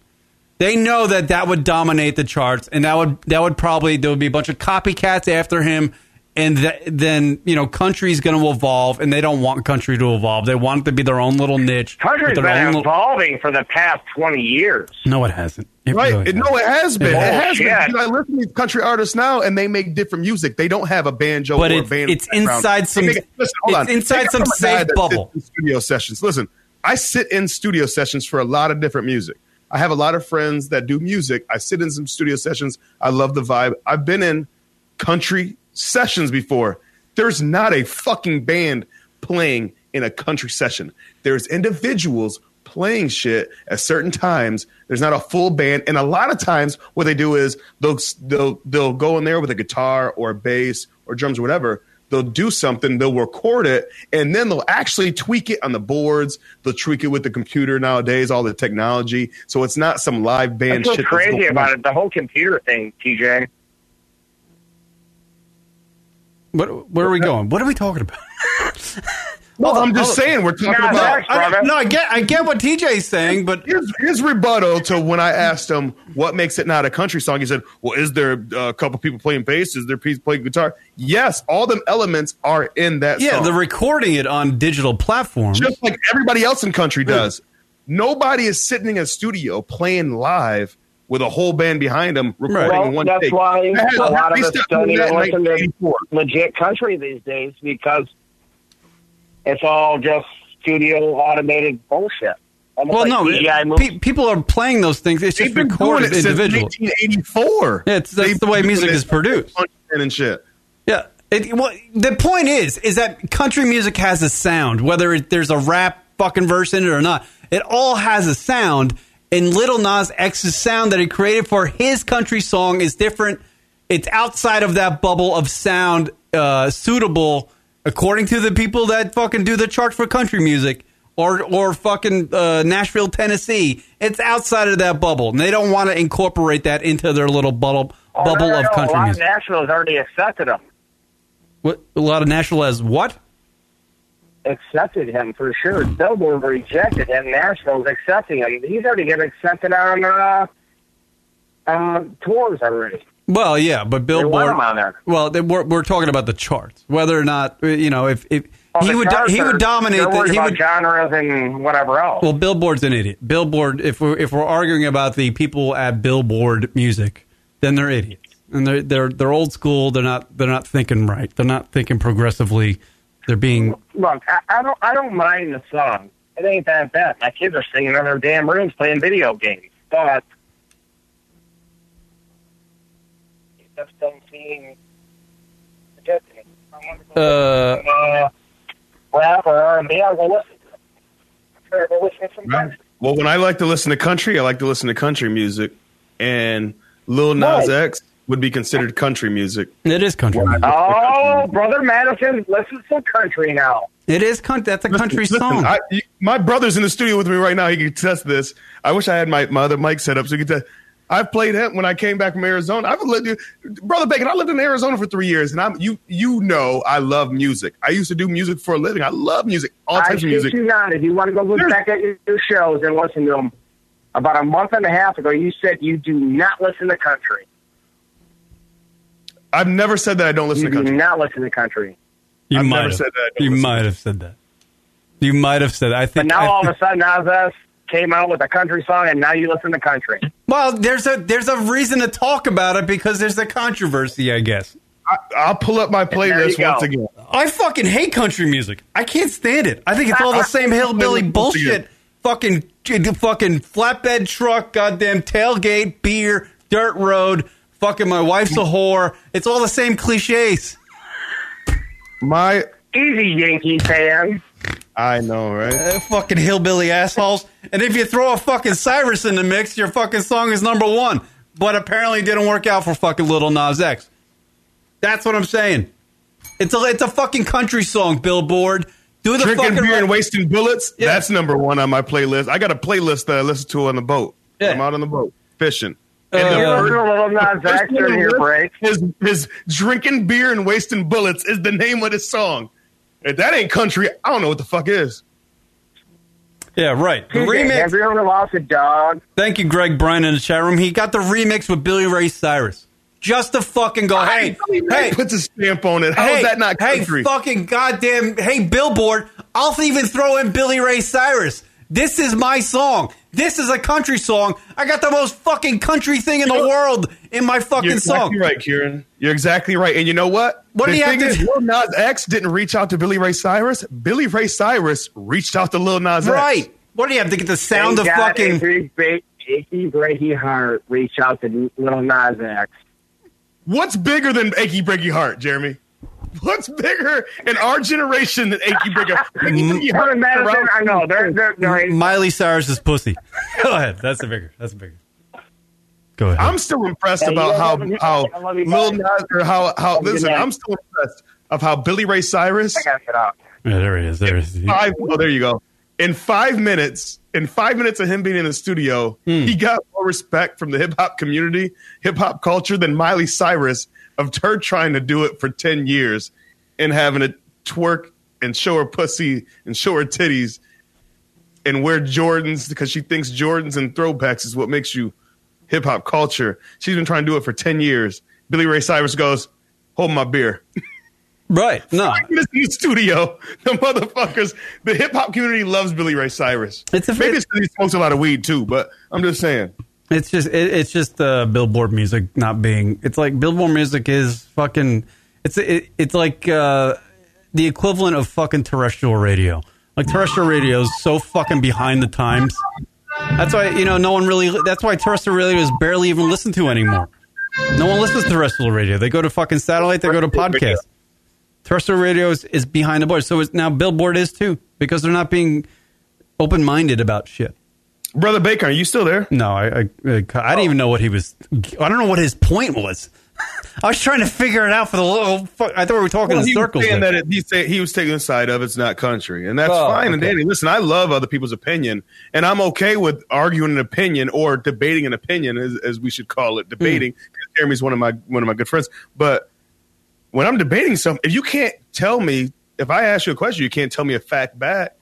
S2: they know that that would dominate the charts, and that would that would probably there would be a bunch of copycats after him, and th- then you know country's going to evolve, and they don't want country to evolve. They want it to be their own little niche. with
S7: Country's
S2: their own
S7: been
S2: little-
S7: evolving for the past twenty years.
S2: no, it hasn't. It
S3: Right.
S2: really
S3: It, no,
S2: hasn't.
S3: it has been. It has been.
S7: Yeah.
S3: Because I listen to these country artists now, and they make different music. They don't have a banjo
S2: But
S3: or
S2: it's-
S3: a band.
S2: it's
S3: background.
S2: inside
S3: They
S2: some-
S3: make it- listen, hold
S2: it's
S3: on.
S2: inside
S3: Take it
S2: some
S3: from a guy
S2: safe
S3: that
S2: bubble.
S3: sits in Studio sessions. Listen, I sit in studio sessions for a lot of different music. I have a lot of friends that do music. I sit in some studio sessions. I love the vibe. I've been in country sessions before. There's not a fucking band playing in a country session. There's individuals playing shit at certain times. There's not a full band, and a lot of times what they do is they'll they'll they'll go in there with a guitar or a bass or drums or whatever. They'll do something. They'll record it, and then they'll actually tweak it on the boards. They'll tweak it with the computer nowadays, all the technology. So it's not some live band
S7: That's what's
S3: shit.
S7: crazy about it. The whole computer thing, TJ.
S2: What, where are we going? What are we talking about?
S3: Well, I'm just saying we're talking
S7: Oh, Yeah,
S3: about
S7: that's-
S2: I,
S7: Brother.
S2: no, I get I get what TJ's saying, but
S3: his, his rebuttal to when I asked him what makes it not a country song, he said, "Well, is there uh, a couple people playing bass? Is there people playing guitar? Yes, all them elements are in that
S2: yeah,
S3: song.
S2: the recording it on digital platforms.
S3: just like everybody else in country does. Nobody is sitting in a studio playing live with a whole band behind them recording
S2: Well,
S3: in one
S7: that's
S3: take.
S7: why
S3: That had-
S7: a lot of
S3: we
S7: us
S3: stopped
S7: don't
S3: doing
S7: even
S3: that in
S7: listen to
S3: 1984.
S7: legit country these days because it's all just studio automated bullshit. Almost
S2: well,
S7: like
S2: no,
S7: CGI movies.
S2: pe- people are playing those things. It's
S3: They've
S2: just
S3: been doing
S2: recorded
S3: it since
S2: individual.
S3: 1984.
S2: Yeah, it's- that's
S3: They've
S2: the way
S3: been
S2: music
S3: doing
S2: is
S3: it
S2: produced.
S3: and shit.
S2: Yeah. It, well, the point is, is that country music has a sound, whether it, there's a rap fucking verse in it or not. It all has a sound, and Little Nas X's sound that he created for his country song is different. It's outside of that bubble of sound uh, suitable, according to the people that fucking do the chart for country music or or fucking uh, Nashville, Tennessee. It's outside of that bubble, and they don't want to incorporate that into their little bubble
S7: Oh, no,
S2: bubble
S7: no,
S2: of
S7: no, a
S2: country
S7: lot
S2: music.
S7: Of Nashville's already accepted him.
S2: What a lot of Nashville has what?
S7: Accepted him for sure. Billboard rejected him. Nashville's accepting him. He's already getting accepted on uh, uh, tours already.
S2: Well, yeah, but
S7: They want
S2: Billboard.
S7: him on there.
S2: Well, they, we're, we're talking about the charts, whether or not uh, you know if, if
S7: On
S2: he
S7: the
S2: would do,
S7: charts,
S2: he
S7: they're-
S2: would dominate.
S7: They're
S2: The,
S7: worried
S2: he
S7: about
S2: would,
S7: genres and whatever else.
S2: well, Billboard's an idiot. Billboard. If we're if we're arguing about the people at Billboard Music, then they're idiots and they're they're they're old school. They're not they're not thinking right. They're not thinking progressively. They're being
S7: look, I, I don't I don't mind the song. It ain't that bad. My kids are singing in their damn rooms playing video games, but it just doesn't seem legitimate. I wanna go
S2: Uh,
S7: listen to, uh, rap or R&B. I'll go listen to it. I'm sure I'll go listen to some
S3: Right.
S7: country.
S3: Well, when I like to listen to country, I like to listen to country music, and Lil Nas
S7: Right.
S3: X would be considered country music.
S2: it is country. music.
S7: Oh, brother Madison, listen to country now.
S2: It is country. That's a country
S3: Listen,
S2: song.
S3: I, you- my brother's in the studio with me right now. He can test this. I wish I had my, my other mic set up so he could test. I've played him when I came back from Arizona. I've lived, brother Bacon. I lived in Arizona for three years, and I'm you. You know, I love music. I used to do music for a living. I love music, all
S7: I
S3: types of
S7: shit
S3: music.
S7: you not. If you want to go look
S3: Sure.
S7: back at your your shows and listen to them, about a month and a half ago, you said you do not listen to country.
S3: I've never said that I don't listen
S7: You
S3: to
S7: do
S3: country.
S7: not listen to country.
S2: You
S3: I've
S2: might
S3: never
S2: have.
S3: said that.
S2: You might have said that. You might have said. That. I
S7: But
S2: think. I
S7: now all
S2: thi-
S7: of a sudden, Nas X came out with a country song, and now you listen to country.
S2: well, there's a there's a reason to talk about it because there's a controversy, I guess.
S3: I, I'll pull up my
S7: you
S3: playlist
S7: go.
S3: once again.
S2: I fucking hate country music. I can't stand it. I think it's all the same hillbilly bullshit. Fucking, fucking flatbed truck, goddamn tailgate, beer, dirt road. Fucking, my wife's a whore. It's all the same cliches.
S3: My,
S7: Easy, Yankee fan.
S3: I know, right?
S2: Uh, fucking hillbilly assholes. And if you throw a fucking Cyrus in the mix, your fucking song is number one. But apparently, it didn't work out for fucking Little Nas X. That's what I'm saying. It's a it's a fucking country song, Billboard. Do the
S3: Drinking
S2: fucking
S3: beer and wasting bullets.
S2: Yeah.
S3: That's number one on my playlist. I got a playlist that I listen to on the boat.
S2: Yeah.
S3: I'm out on the boat fishing.
S2: Uh,
S3: and
S7: You
S3: the
S7: listen to
S3: word-
S7: little Nas
S3: first
S7: X
S3: thing on
S7: during
S3: the
S7: your
S3: list
S7: break.
S3: Is, is drinking beer and wasting bullets is the name of this song. If that ain't country, I don't know what the fuck is.
S2: yeah, right. The
S7: TJ,
S2: remix.
S7: Have you ever lost a dog?
S2: Thank you, Greg Bryan, in the chat room. He got the remix with Billy Ray Cyrus. Just to fucking go, hey, hey,
S3: Hey, puts a stamp on it. How is
S2: hey,
S3: that not country?
S2: Hey, fucking goddamn, hey, Billboard, I'll even throw in Billy Ray Cyrus. This is my song. This is a country song. I got the most fucking country thing in the world in my fucking
S3: You're
S2: song.
S3: exactly right, Kieran. You're exactly right. And you know what?
S2: What
S3: the
S2: do you have
S3: thing
S2: to
S3: is,
S2: do?
S3: Lil Nas X didn't reach out to Billy Ray Cyrus. Billy Ray Cyrus reached out to Lil Nas X.
S2: Right. What do you have to get the sound
S7: Thank
S2: of
S7: God
S2: fucking.
S7: Every big, achy, breaky heart reach out to little Nas X.
S3: What's bigger than Achy Breaky Heart, Jeremy? What's bigger in our generation than Achy Breaky Heart? Achy Breaky
S7: You're
S3: Heart
S7: in Madison, I know. They're, they're, they're,
S2: Miley Cyrus's pussy. go ahead. That's the bigger. That's the bigger. Go ahead.
S3: I'm still impressed
S7: Yeah,
S3: about
S7: you
S3: how
S7: love me.
S3: how
S7: I love you
S3: Lil
S7: guys.
S3: Nas or how how
S7: good
S3: listen.
S7: night.
S3: I'm still impressed of how Billy Ray Cyrus
S7: I gotta get out.
S2: yeah, there he is. There he is.
S3: five. Oh, there you go. In five minutes, in five minutes of him being in the studio, he got more respect from the hip hop community, hip hop culture than Miley Cyrus of her trying to do it for ten years and having to twerk and show her pussy and show her titties and wear Jordans because she thinks Jordans and throwbacks is what makes you hip hop culture. She's been trying to do it for ten years. Billy Ray Cyrus goes, "Hold my beer."
S2: Right. No.
S3: this new studio, the motherfuckers, the hip hop community loves Billy Ray Cyrus.
S2: It's a-
S3: Maybe it's 'cause he smokes a lot of weed too, but I'm just saying.
S2: It's just it, it's just uh, Billboard music not being. It's like Billboard music is fucking. It's it, it's like uh, the equivalent of fucking terrestrial radio. Like terrestrial radio is so fucking behind the times. That's why you know no one really. That's why terrestrial radio is barely even listened to anymore. No one listens to terrestrial radio. They go to fucking satellite. They go to podcast. Terrestrial radio is, is behind the board. So it's, now Billboard is too because they're not being open minded about shit.
S3: Brother Baker, are you still there?
S2: No, I, I, I didn't even know what he was. I don't know what his point was. I was trying to figure it out for the little. Fuck, I thought we were talking in
S3: he was
S2: circles.
S3: saying
S2: there.
S3: that it, he, said, he was taking the side of it's not country, and that's
S2: Oh,
S3: fine. And
S2: okay.
S3: Danny, listen, I love other people's opinion, and I'm okay with arguing an opinion or debating an opinion, as, as we should call it, debating.
S2: Hmm.
S3: 'cause Jeremy's one of my one of my good friends, but when I'm debating something, if you can't tell me, if I ask you a question, you can't tell me a fact back.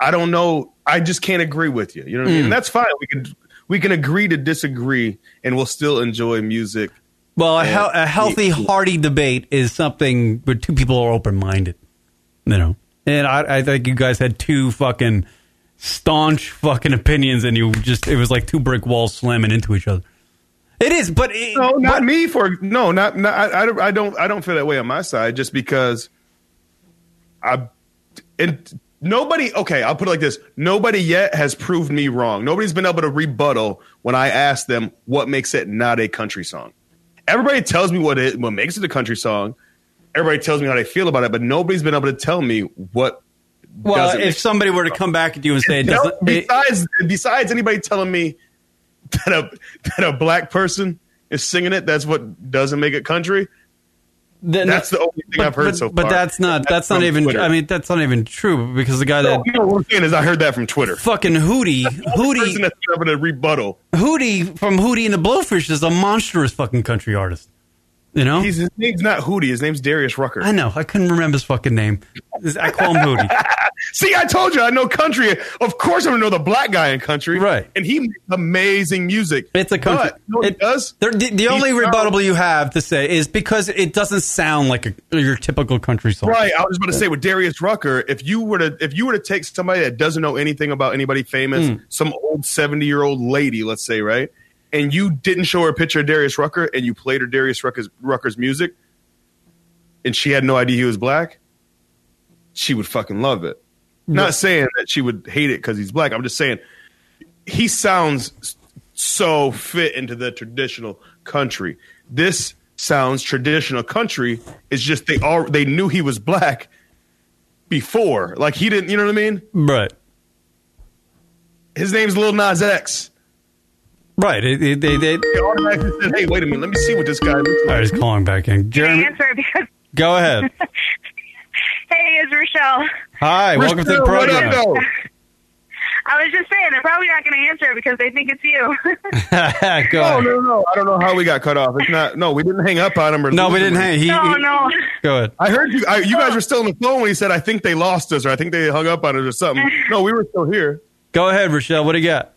S3: I don't know. I just can't agree with you. You know what I
S2: Hmm.
S3: mean? And that's fine. We can we can agree to disagree, and we'll still enjoy music.
S2: well, a, hel- a healthy, hearty debate is something where two people are open minded. You know, and I, I think you guys had two fucking staunch fucking opinions, and you just it was like two brick walls slamming into each other. It is, but it,
S3: No, not
S2: but-
S3: me. For no, not, not I, I don't- I don't. I don't feel that way on my side. Just because I and nobody. Okay, I'll put it like this: nobody yet has proved me wrong. Nobody's been able to rebuttal when I ask them what makes it not a country song. Everybody tells me what it what makes it a country song. Everybody tells me how they feel about it, but nobody's been able to tell me what.
S2: Well,
S3: doesn't make-
S2: if somebody were to come back at you and say it
S3: No,
S2: doesn't, it-
S3: besides besides anybody telling me that a that a black person is singing it, that's what doesn't make it country.
S2: Then-
S3: That's the only thing
S2: but-
S3: I've heard
S2: but-
S3: so
S2: But
S3: far.
S2: that's not that's, not
S3: from
S2: even
S3: Twitter.
S2: I mean that's not even true because the guy that
S3: No, you know what I'm saying is I heard that from Twitter.
S2: fucking Hootie
S3: The person
S2: Hootie
S3: that's having a rebuttal.
S2: Hootie from Hootie and the Blowfish is a monstrous fucking country artist. You know?
S3: He's, his name's not Hootie. His name's Darius Rucker.
S2: I know. I couldn't remember his fucking name. I call him Hootie.
S3: See, I told you I know country. Of course, I'm gonna know the black guy in country,
S2: Right.
S3: And he makes amazing music.
S2: It's a country.
S3: But, no, he
S2: it-
S3: does.
S2: there- the the
S3: He's
S2: only
S3: not-
S2: rebuttable you have to say is because it doesn't sound like a, your typical country song.
S3: Right. I was about to say with Darius Rucker, if you were to if you were to take somebody that doesn't know anything about anybody famous, some old seventy year old lady, let's say, right, and you didn't show her a picture of Darius Rucker and you played her Darius Rucker's, Rucker's music, and she had no idea he was black, she would fucking love it. Not saying that she would hate it because he's black. I'm just saying he sounds s- so fit into the traditional country. This sounds traditional country. It's just they all they knew he was black before. Like he didn't, you know what I mean?
S2: Right.
S3: His name's Lil Nas X.
S2: Right. It- it- they- they-
S3: They automatically said, "Hey, wait a minute, let me see what this guy looks
S2: all
S3: like."
S2: right, he's calling back in. Jeremy,
S9: answer because
S2: go ahead.
S9: hey, it's Rochelle.
S2: Hi, welcome to the
S3: Christina, what up,
S2: program.
S3: though?
S9: I was just saying they're probably not going to answer because they think it's you.
S2: Go
S3: No,
S2: ahead.
S3: Oh, no, no. I don't know how we got cut off. It's not. No, we didn't hang up on him. Or
S2: No, we
S3: lose him.
S2: didn't hang. He,
S9: no,
S2: he-
S9: no.
S2: Go ahead.
S3: I heard you. I, you guys were still on the phone when he said, "I think they lost us," or "I think they hung up on us," or something. No, we were still here.
S2: Go ahead, Rochelle. What do you got?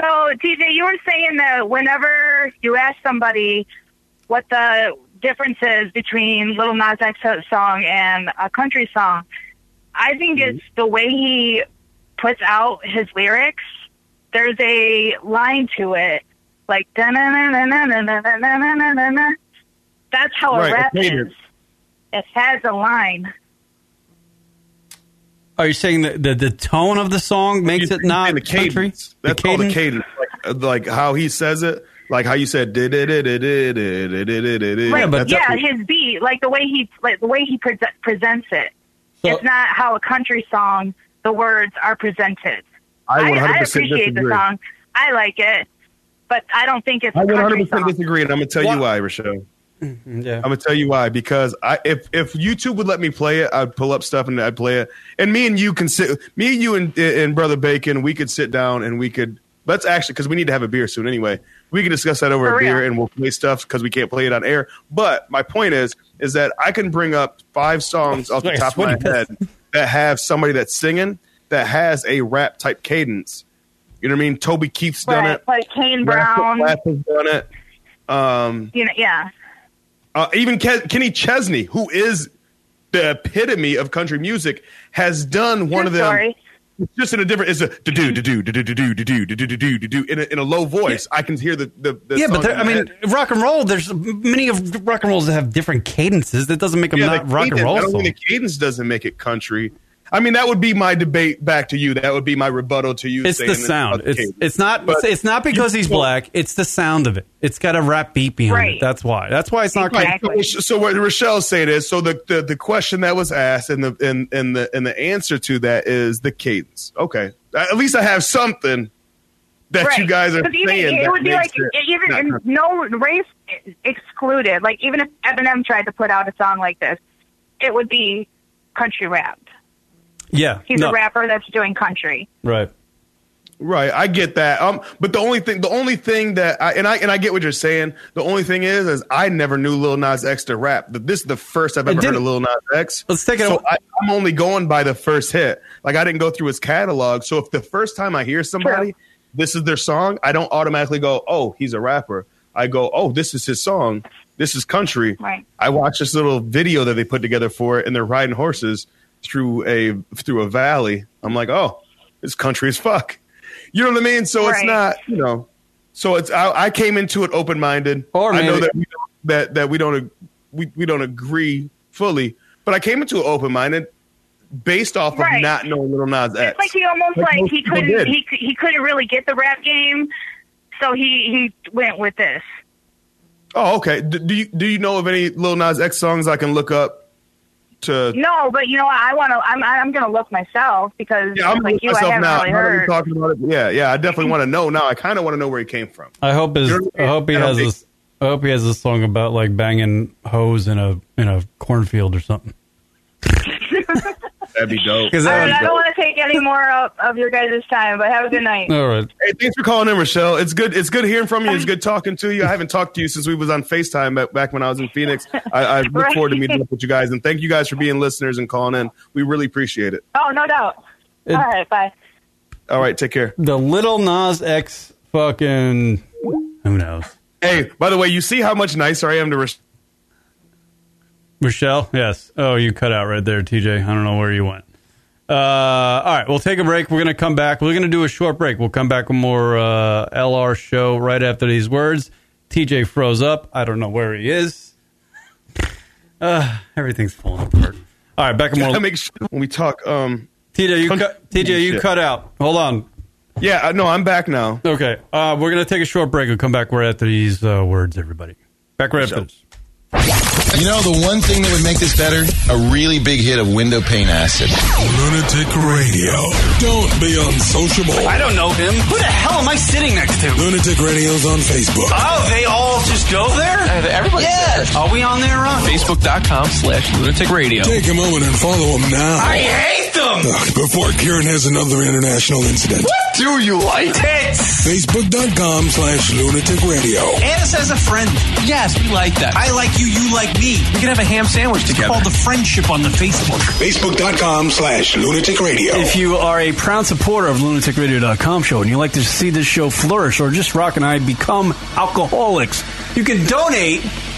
S9: So TJ, you were saying that whenever you ask somebody what the difference is between Little Nas X song and a country song, I think it's the way he puts out his lyrics. There's a line to it, like da na na na na na na na na na na na. That's how
S3: Right,
S9: a rap
S3: it's
S9: is.
S3: dated.
S9: It has a line.
S2: Are you saying that the, the tone of the song makes
S3: You-
S2: it
S3: you say
S2: not
S3: the cadence.
S2: country?
S3: That's called the cadence, like, like how he says it, like how you said. "Did it, did it, did it, did it, did it, did it."
S9: Right,
S2: but-
S3: That's
S9: yeah,
S3: how-
S9: his beat, like the way he like the way he pre- presents it.
S2: So-
S9: it's not how a country song the words are presented.
S3: I
S9: I,
S3: 100 percent
S9: appreciate the
S3: disagree. I
S9: song. I like it, but I don't think it's a
S3: 100
S9: country
S3: percent
S9: song.
S3: disagree, and I'm gonna tell
S2: Why-
S3: you why, Rochelle.
S2: Mm-hmm, Yeah.
S3: I'm gonna tell you why because I if if YouTube would let me play it, I'd pull up stuff and I'd play it. And me and you can sit, me and you and and brother Bacon, we could sit down and we could. Let's actually because we need to have a beer soon anyway. We can discuss that over
S9: For
S3: a
S9: real.
S3: beer and we'll play stuff because we can't play it on air. But my point is, is that I can bring up five songs off the
S2: Nice,
S3: top of my
S2: what a-
S3: head that have somebody that's singing that has a rap type cadence. You know what I mean? Toby Keith's done
S9: But,
S3: it.
S9: like Kane Brown,
S3: Rap has done it. Um,
S9: you know, yeah.
S3: uh, even Ke- Kenny Chesney, who is the epitome of country music, has done one
S9: True
S3: of them
S9: story.
S3: just in a different. It's a do do do do do do do do do do do do do in a in a low voice. I can hear the the, the
S2: Yeah, but
S3: song
S2: there,
S3: in
S2: I
S3: my
S2: mean,
S3: head.
S2: rock and roll. There's many of rock and rolls that have different cadences. That doesn't make them
S3: Yeah,
S2: not
S3: the
S2: rock and
S3: cadence-
S2: roll.
S3: I don't
S2: Song.
S3: think the cadence doesn't make it country. I mean, that would be my debate back to you. That would be my rebuttal to you.
S2: It's
S3: saying
S2: the
S3: that
S2: sound.
S3: about the
S2: It's
S3: cadence.
S2: it's not
S3: But
S2: it's not because he's
S3: can't-
S2: black. It's the sound of it. It's got a rap beat behind it.
S9: Right.
S2: That's why. That's why it's not.
S9: Right.
S2: country.
S9: Exactly.
S3: So, so what Rochelle's saying is, so the, the the question that was asked and the and and the and the answer to that is the cadence. Okay, at least I have something that
S9: right.
S3: you guys are
S9: 'Cause
S3: saying.
S9: even, it
S3: that
S9: would be
S3: makes
S9: like e-,
S3: it
S9: even
S3: not
S9: in,
S3: country.
S9: no race e, excluded. Like even if Eminem tried to put out a song like this, it would be country rap.
S2: Yeah.
S9: He's
S2: no,
S9: a rapper that's doing country.
S2: Right.
S3: right. I get that. Um, but the only thing, the only thing that I and I and I get what you're saying. The only thing is, is I never knew Lil Nas X to rap. But this is the first I've ever heard
S2: didn't-
S3: of Lil Nas X.
S2: Let's take it
S3: So
S2: a-
S3: I, I'm only going by the first hit. Like I didn't go through his catalog. So if the first time I hear somebody,
S9: True.
S3: this is their song, I don't automatically go, "Oh, he's a rapper." I go, "Oh, this is his song. This is country."
S9: Right.
S3: I watched this little video that they put together for it, and they're riding horses through a through a valley. I'm like, "Oh, it's country as fuck." You know what I mean? So it's
S9: Right.
S3: not, you know. So it's I, I came into it open minded.
S2: Or
S3: I know
S2: maybe-
S3: that we don't, that that we don't ag- we, we don't agree fully, but I came into it open minded based off of
S9: Right.
S3: not knowing Little Nas X.
S9: It's like he almost
S3: Like
S9: like,
S3: most
S9: he
S3: people did.
S9: couldn't he, he couldn't really get the rap game, so he he went with this.
S3: oh, okay. Do, do you do you know of any Lil Nas X songs I can look up? To
S9: No, but you know what? I want to. I'm I'm gonna look myself because
S3: yeah, I'm
S9: like
S3: looking
S9: you, I
S3: myself
S9: haven't
S3: now.
S9: really
S3: Now that we're
S9: heard.
S3: talking about it, yeah, yeah, I definitely want to know now. I kind of want to know where he came from.
S2: I hope his.
S3: You're-
S2: I hope he
S3: I don't
S2: has
S3: think-
S2: his. I I hope he has a song about like banging hoes in a in a cornfield or something.
S3: That'd be dope.
S2: 'Cause
S9: All
S2: that
S9: right, I
S2: was-
S9: don't want to take any more of, of your guys' time, but have a good night.
S2: All right.
S3: Hey, thanks for calling in, Rochelle. It's good. It's good hearing from you. It's good talking to you. I haven't talked to you since we was on Facetime back, back when I was in Phoenix. I, I look
S9: Right.
S3: forward to meeting up with you guys, and thank you guys for being listeners and calling in. We really appreciate it.
S9: Oh, no doubt. All right, bye.
S3: All right, take care.
S2: The little Nas X fucking who knows?
S3: Hey, by the way, you see how much nicer I am to Rochelle.
S2: Michelle, yes. Oh, you cut out right there, TJ. I don't know where you went. Uh, all right, we'll take a break. We're going to come back. We're going to do a short break. We'll come back with more uh, LR show right after these words. TJ froze up. I don't know where he is. Uh, everything's falling apart. All right, back with
S3: I
S2: more.
S3: make sure when we talk. Um,
S2: TJ, you cut. TJ, you
S3: Shit.
S2: cut out. Hold on.
S3: yeah, I- no, I'm back now.
S2: Okay, uh, we're going to take a short break. We'll come back right after these uh, words, everybody. Back right after this.
S10: You know, the one thing that would make this better? A really big hit of window pane acid.
S11: Lunatic Radio. Don't be unsociable. I don't know him. Who the hell am I sitting next to? Lunatic Radio's on Facebook.
S12: Oh, they all just go there? Everybody. Yeah. Are we on there, Ron? Facebook.com slash lunatic radio.
S11: Take a moment and follow him now.
S12: I hate them!
S11: Ugh, Before Kieran has another international incident.
S12: What do you like? Tits!
S11: Facebook.com slash lunatic radio.
S12: Add us as a friend. Yes, we like that. I like you, you like me. We can have a ham sandwich together. It's called the friendship on the Facebook.
S11: Facebook.com slash lunatic radio.
S13: If you are a proud supporter of lunaticradio.com show and you like to see this show flourish or just Rock and I become alcoholics, you can donate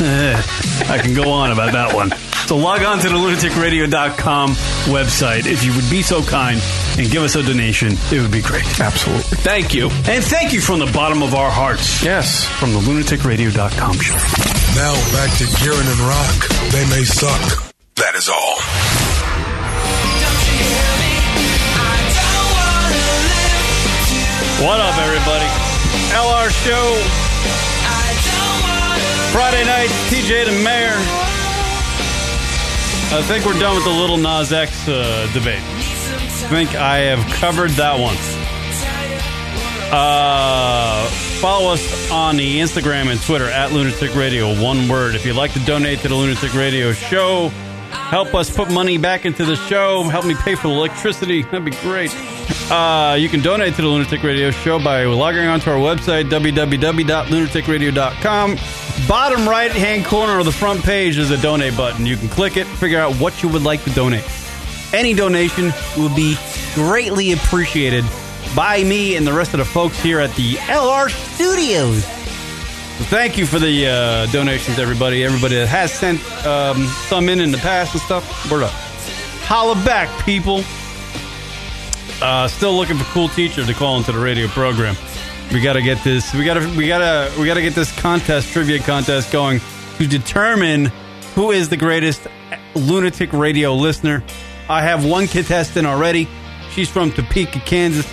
S13: Eh, I can go on about that one. So log on to the lunaticradio.com website if you would be so kind and give us a donation. It would be great.
S14: Absolutely. Thank you.
S13: And thank you from the bottom of our hearts.
S14: Yes.
S13: From the lunaticradio.com show.
S11: Now back to Kieran and Rock. They may suck. That is all.
S2: What up, everybody? LR Show. Friday night, TJ the Mayor. I think we're done with the little Nas X uh, debate. I think I have covered that one. Uh, follow us on the Instagram and Twitter at Lunatic Radio. One word. If you'd like to donate to the Lunatic Radio show, help us put money back into the show. Help me pay for the electricity. That'd be great. Uh, you can donate to the Lunatic Radio show by logging onto our website, www.lunaticradio.com. Bottom right hand corner of the front page is a donate button. You can click it, figure out what you would like to donate. Any donation will be greatly appreciated by me and the rest of the folks here at the LR Studios. So thank you for the uh, donations, everybody. Everybody that has sent um, some in in the past and stuff. Word up. Holla back, people. Uh, still looking for cool teacher to call into the radio program. We got to get this. We got to. We got to. We got to get this contest, trivia contest, going to determine who is the greatest lunatic radio listener. I have one contestant already. She's from Topeka, Kansas.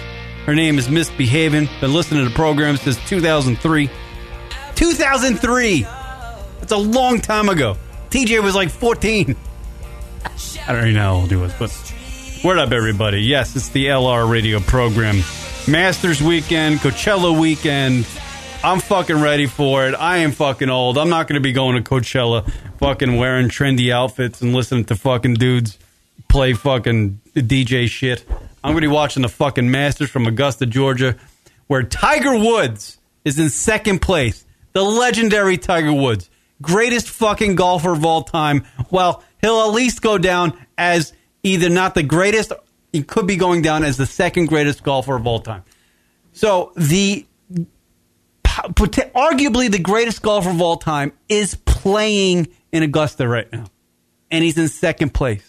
S2: Her name is Misbehaving. Been listening to the program since 2003. 2003. That's a long time ago. TJ was like 14. I don't even know how old he was, but word up, everybody. Yes, it's the LR radio program. Masters weekend, Coachella weekend. I'm fucking ready for it. I am fucking old. I'm not going to be going to Coachella fucking wearing trendy outfits and listening to fucking dudes play fucking DJ shit. I'm going to be watching the fucking Masters from Augusta, Georgia, where Tiger Woods is in second place. The legendary Tiger Woods, greatest fucking golfer of all time. Well, he'll at least go down as either not the greatest, he could be going down as the second greatest golfer of all time. So the po- pot- arguably the greatest golfer of all time is playing in Augusta right now, and he's in second place.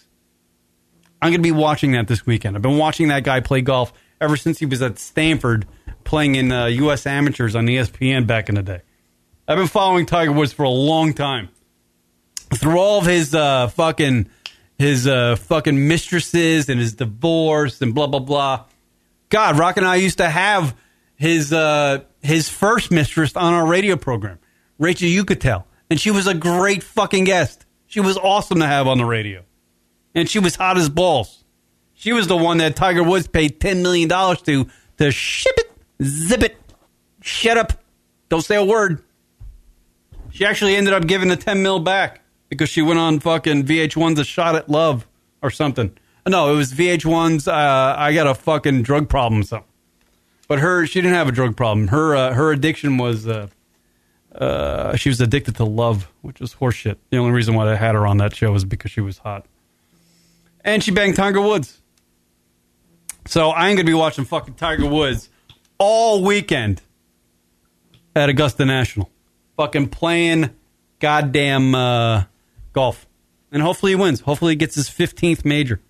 S2: I'm going to be watching that this weekend. I've been watching that guy play golf ever since he was at Stanford playing in uh, U.S. amateurs on ESPN back in the day. I've been following Tiger Woods for a long time. through all of his uh, fucking his uh, fucking mistresses and his divorce and blah blah blah. God, Rock and I used to have his uh, his first mistress on our radio program, Rachel Yucatel, and she was a great fucking guest. She was awesome to have on the radio, and she was hot as balls. She was the one that Tiger Woods paid ten million dollars to to ship it, zip it, shut up, don't say a word. She actually ended up giving the 10 mil back because she went on fucking VH1's A Shot at Love or something. No, it was VH1's uh, I Got a Fucking Drug Problem or something. But her, she didn't have a drug problem. Her, uh, her addiction was, uh, uh, she was addicted to love, which is horseshit. The only reason why they had her on that show was because she was hot. And she banged Tiger Woods. So I ain't gonna be watching fucking Tiger Woods all weekend at Augusta National. Fucking playing goddamn uh, golf. And hopefully he wins. Hopefully he gets his 15th major.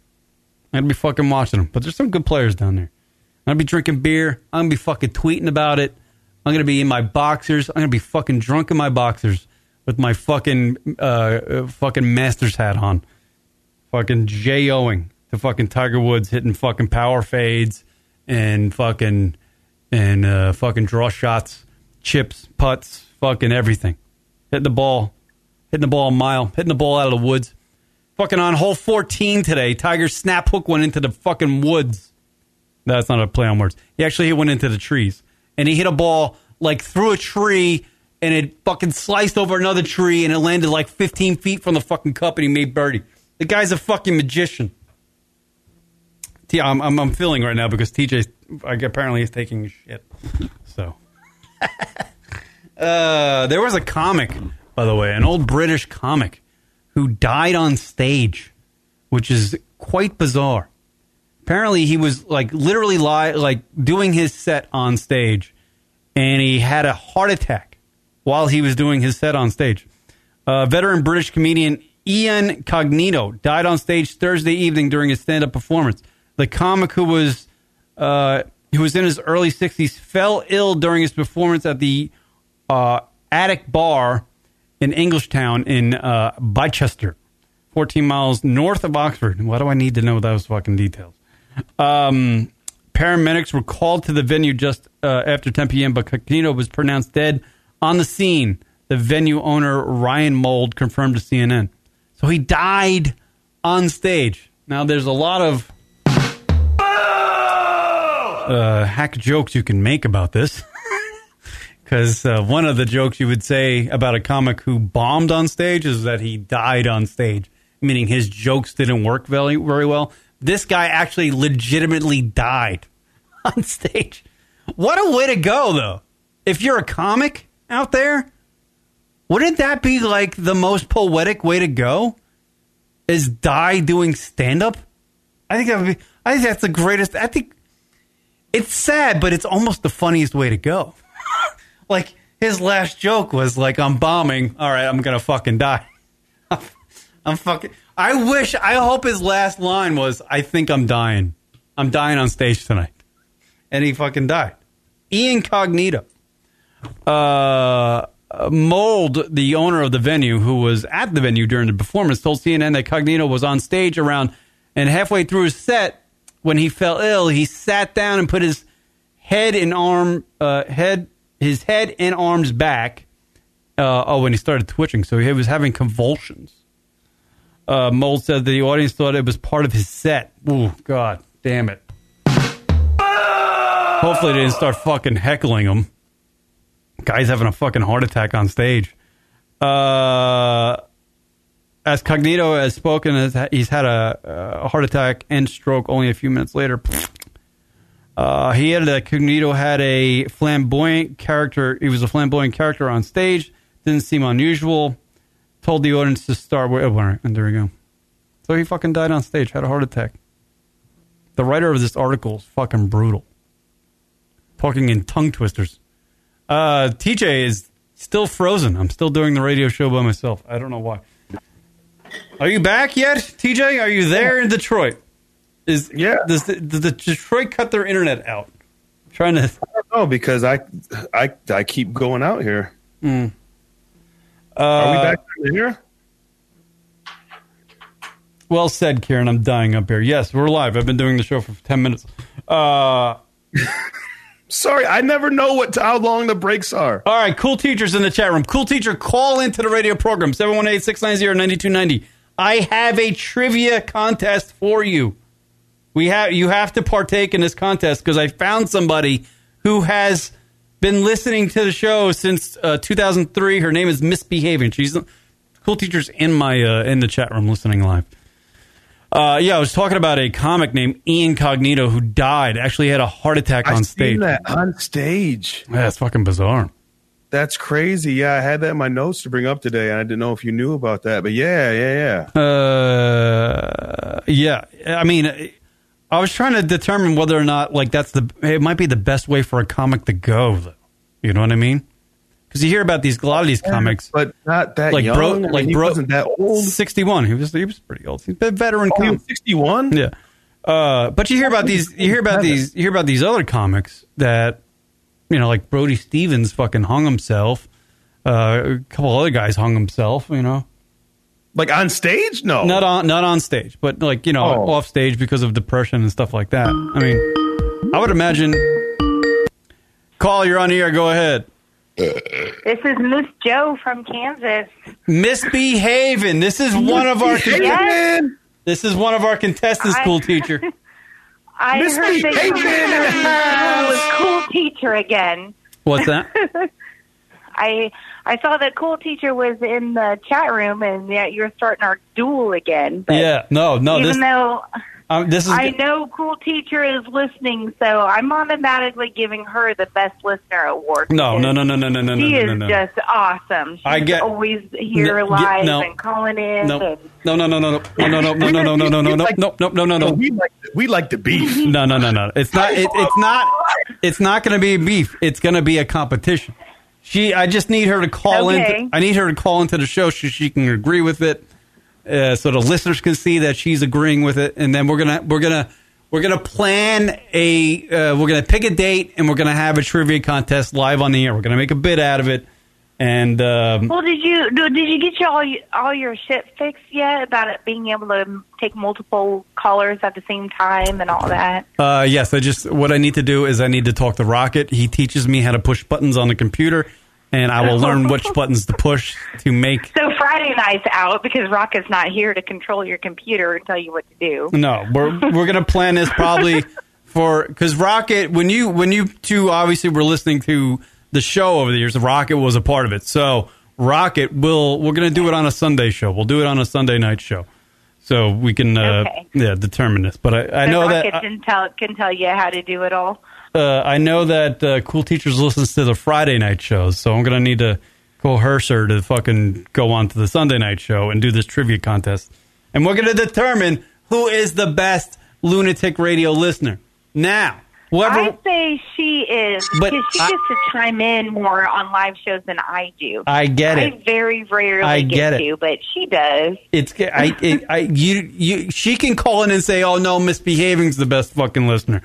S2: I'd be fucking watching him. But there's some good players down there. I'd be drinking beer. I'm going to be fucking tweeting about it. I'm going to be in my boxers. I'm going to be fucking drunk in my boxers with my fucking uh, uh, fucking master's hat on. Fucking J-O-ing to fucking Tiger Woods hitting fucking power fades and fucking and uh, fucking draw shots, chips, putts, fucking everything. Hitting the ball, hitting the ball a mile, hitting the ball out of the woods. Fucking on hole 14 today, Tiger's snap hook went into the fucking woods. No, That's not a play on words. He actually he went into the trees and he hit a ball like through a tree and it fucking sliced over another tree and it landed like 15 feet from the fucking cup and he made birdie. The guy's a fucking magician. T, I'm, I'm, I'm feeling right now because TJ like, apparently is taking a shit. So, uh, there was a comic, by the way, an old British comic who died on stage, which is quite bizarre. Apparently, he was like literally li- like doing his set on stage, and he had a heart attack while he was doing his set on stage. Uh, veteran British comedian Ian Cognito died on stage Thursday evening during his stand-up performance. The comic who was uh, who was in his early 60s fell ill during his performance at the uh, Attic Bar in Englishtown in uh, Bychester, 14 miles north of Oxford. Why do I need to know those fucking details? Um, paramedics were called to the venue just uh, after 10 p.m., but Cognito was pronounced dead on the scene. The venue owner, Ryan Mold, confirmed to CNN. So he died on stage. Now, there's a lot of uh, hack jokes you can make about this. Because uh, one of the jokes you would say about a comic who bombed on stage is that he died on stage, meaning his jokes didn't work very, very well. This guy actually legitimately died on stage. What a way to go, though. If you're a comic out there, wouldn't that be like the most poetic way to go? Is die doing stand up? I think that would be, I think that's the greatest. I think it's sad, but it's almost the funniest way to go. like his last joke was like, "I'm bombing. All right, I'm gonna fucking die. I'm fucking. I wish. I hope his last line was, "I think I'm dying. I'm dying on stage tonight," and he fucking died. Ian Cognito, uh, Mold, the owner of the venue, who was at the venue during the performance, told CNN that Cognito was on stage around and halfway through his set when he fell ill. He sat down and put his head and arm, uh, head, his head and arms back. Uh, oh, when he started twitching, so he was having convulsions. Uh, Mold said that the audience thought it was part of his set. Ooh, God damn it. Hopefully, they didn't start fucking heckling him. Guy's having a fucking heart attack on stage. Uh, as Cognito has spoken, has- he's had a, a heart attack and stroke only a few minutes later. Uh, he added that Cognito had a flamboyant character. He was a flamboyant character on stage. Didn't seem unusual. Told the audience to start. Wait, oh, all right, and there we go. So he fucking died on stage. Had a heart attack. The writer of this article is fucking brutal. Talking in tongue twisters. Uh, TJ is still frozen. I'm still doing the radio show by myself. I don't know why. Are you back yet, TJ? Are you there in Detroit? Is yeah? Does the, does the Detroit cut their internet out? trying to.
S3: I don't know Oh, because I, I, I keep going out here.
S2: Hmm.
S3: Are we
S2: Uh,
S3: back in here?
S2: Well said, Karen. I'm dying up here. Yes, we're live. I've been doing the show for 10 minutes. Uh,
S3: Sorry, I never know what how long the breaks are.
S2: All right, cool teachers in the chat room. Cool teacher, call into the radio program 718 690 9290. I have a trivia contest for you. We have you have to partake in this contest because I found somebody who has been listening to the show since uh, 2003. Her name is Misbehaving. She's cool teachers in my uh, in the chat room listening live. Uh, yeah, I was talking about a comic named Ian Cognito who died. Actually, had a heart attack
S3: I
S2: on
S3: seen
S2: stage.
S3: that on stage.
S2: Yeah, it's fucking bizarre.
S3: That's crazy. Yeah, I had that in my notes to bring up today, and I didn't know if you knew about that. But yeah, yeah, yeah.
S2: Uh, yeah. I mean, I was trying to determine whether or not like that's the it might be the best way for a comic to go. Though. You know what I mean? Because you hear about these a lot of these comics,
S3: but not that
S2: like
S3: young.
S2: bro,
S3: I mean,
S2: like
S3: he
S2: bro,
S3: wasn't that old.
S2: Sixty-one. He was he was pretty old. He's a veteran comic.
S3: Sixty-one.
S2: Yeah. Uh, but you hear about these. You hear about these. You hear about these other comics that you know, like Brody Stevens fucking hung himself. Uh, a couple other guys hung himself. You know.
S3: Like on stage? No.
S2: Not on not on stage, but like, you know,
S3: Oh.
S2: off stage because of depression and stuff like that. I mean, I would imagine Call, you're on the air, go ahead.
S9: This is Moose Joe from Kansas.
S2: Misbehaving. This is one of our
S9: Misbehaving.
S2: This is one of our contestants,
S9: I-
S2: school teacher.
S9: I heard that you were cool teacher again.
S2: What's that?
S9: I I saw that cool teacher was in the chat room, and that you're starting our duel again. But
S2: yeah. No, no,
S9: even
S2: this
S9: though
S2: um, this is
S9: I know cool teacher is listening, so I'm automatically giving her the best listener award.
S2: No, no, no, no, no, no, no, no,
S9: she
S2: no,
S9: is
S2: no, no.
S9: just awesome. She's
S2: I get-
S9: always here
S2: No, get-
S9: live
S2: no.
S9: and calling in.
S2: No,
S9: and-
S2: no, no, no, no, no, no, no, no, no, no, no, no, no, no, no, no, no, no, no. We like we like the beef. No, no, no, no. It's not. It, it's not. It's not going to be a beef. It's going to be a competition. She. I just need her to call
S15: Okay.
S2: in. I need her to call into the show so she can agree with it, uh, so the listeners can see that she's agreeing with it, and then we're gonna we're gonna. We're gonna plan a. Uh, we're gonna pick a date, and we're gonna have a trivia contest live on the air. We're gonna make a bid out of it, and um,
S9: Well, did you do- did you get your all your- all your shit fixed yet about it being able to take multiple callers at the same time and all that?
S2: Uh, yes, I just what I need to do is I need to talk to Rocket. He teaches me how to push buttons on the computer, and I will learn which buttons to push to make.
S9: So Friday night's out because Rocket's not here to control your computer and tell you what to do.
S2: No, we're we're gonna plan this probably for because Rocket. When you when you two obviously were listening to the show over the years, Rocket was a part of it. So Rocket will we're gonna do it on a Sunday show. We'll do it on a Sunday night show, so we can uh,
S9: Okay.
S2: yeah determine this. But I, I
S9: So
S2: know
S9: Rocket
S2: that
S9: can tell can tell you how to do it all.
S2: uh, I know that uh, Cool Teachers listens to the Friday night shows, so I'm gonna need to coerce her to fucking go on to the Sunday night show and do this trivia contest, and we're gonna determine who is the best lunatic radio listener. Now, whoever
S9: I say she is
S2: But
S9: because she
S2: I-
S9: gets to chime in more on live shows than I do.
S2: I get
S9: I
S2: it.
S9: very rarely
S2: I get it.
S9: to, but she does.
S2: it's I, it, I you you she can call in and say, "Oh no, misbehaving's the best fucking listener."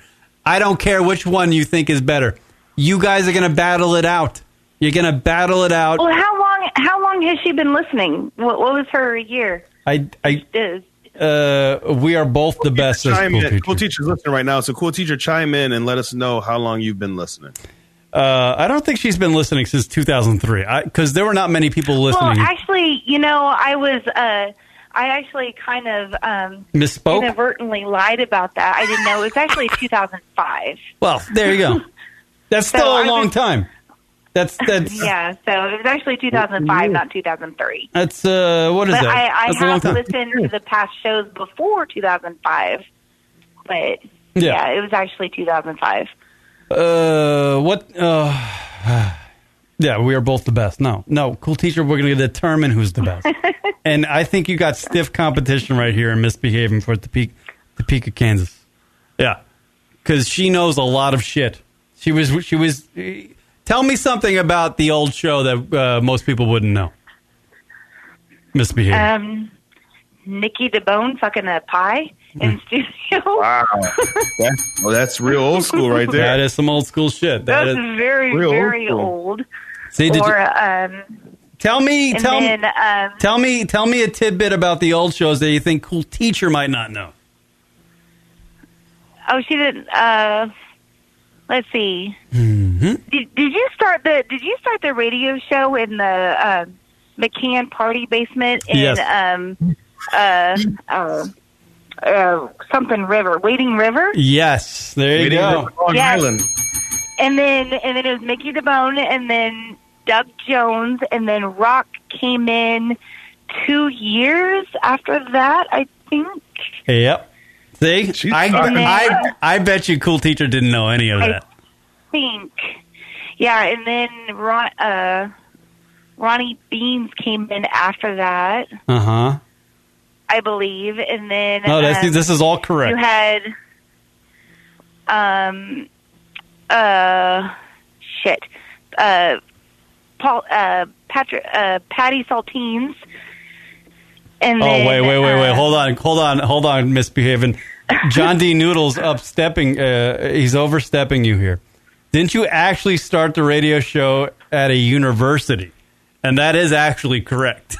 S2: I don't care which one you think is better. You guys are gonna battle it out. You're gonna battle it out.
S9: Well, how long how long has she been listening? What, what was her year?
S2: I I
S9: Is
S2: uh, we are both the best. as
S3: Chime
S2: cool
S3: in.
S2: teachers.
S3: Cool teacher's listening right now. So cool teacher, chime in and let us know how long you've been listening.
S2: Uh, I don't think she's been listening since 2003 because there were not many people listening.
S9: Well, actually, you know, I was uh, I actually kind of um,
S2: Misspoke?
S9: inadvertently lied about that. I didn't know it was actually 2005.
S2: well, there you go. That's
S9: So
S2: still a
S9: I
S2: long
S9: was-
S2: time. That's that's
S9: Yeah, so it was actually 2005, not 2003.
S2: that's uh, what is
S9: but
S2: that?
S9: I, I
S2: that's a long
S9: have
S2: time.
S9: listened to the past shows before 2005, but yeah, it was actually 2005.
S2: Uh, what? Uh, yeah, we are both the best. No, no, cool teacher. We're going to determine who's the best, and I think you got stiff competition right here in misbehaving for Topeka, Topeka, Kansas. Yeah, because she knows a lot of shit. She was, she was. Tell me something about the old show that uh, most people wouldn't know. Misbehaving.
S9: Um, Nikki DeBone fucking a pie in
S2: Mm.
S9: studio.
S3: Wow, that's, well, that's real old school right there.
S2: That is some old school shit.
S9: That's very, very old.
S2: See, did
S9: or
S2: you-
S9: um,
S2: Tell me,
S9: And
S2: tell
S9: then,
S2: me,
S9: um,
S2: tell me, tell me a tidbit about the old shows that you think cool teacher might not know.
S9: Oh, she didn't. Uh, let's see.
S2: Mm-hmm.
S9: Did, did you start the Did you start the radio show in the uh, McCann party basement in
S15: Yes.
S9: um uh, uh uh something river Wading River?
S2: Yes, there you
S3: Meeting
S2: go.
S3: River on
S9: Yes.
S3: Island.
S9: And then and then it was Mickey DeBone and then Doug Jones and then Rock came in two years after that, I think.
S2: Yep. See, I,
S9: fucking-
S2: I, I bet you cool teacher didn't know any of
S9: I-
S2: that.
S9: think. Yeah, and then Ron, uh, Ronnie Beans came in after that,
S2: Uh huh.
S9: I believe, and then
S2: No, that's-
S9: um,
S2: this is all correct.
S9: You had, um, uh, shit, uh, Paul, uh, Patrick, uh, Patty Saltines, and
S2: Oh
S9: then,
S2: wait, wait, wait, wait!
S9: uh,
S2: Hold on, hold on, hold on, misbehaving. John D. Noodles upstepping. Uh, he's overstepping you here. Didn't you actually start the radio show at a university? And that is actually correct.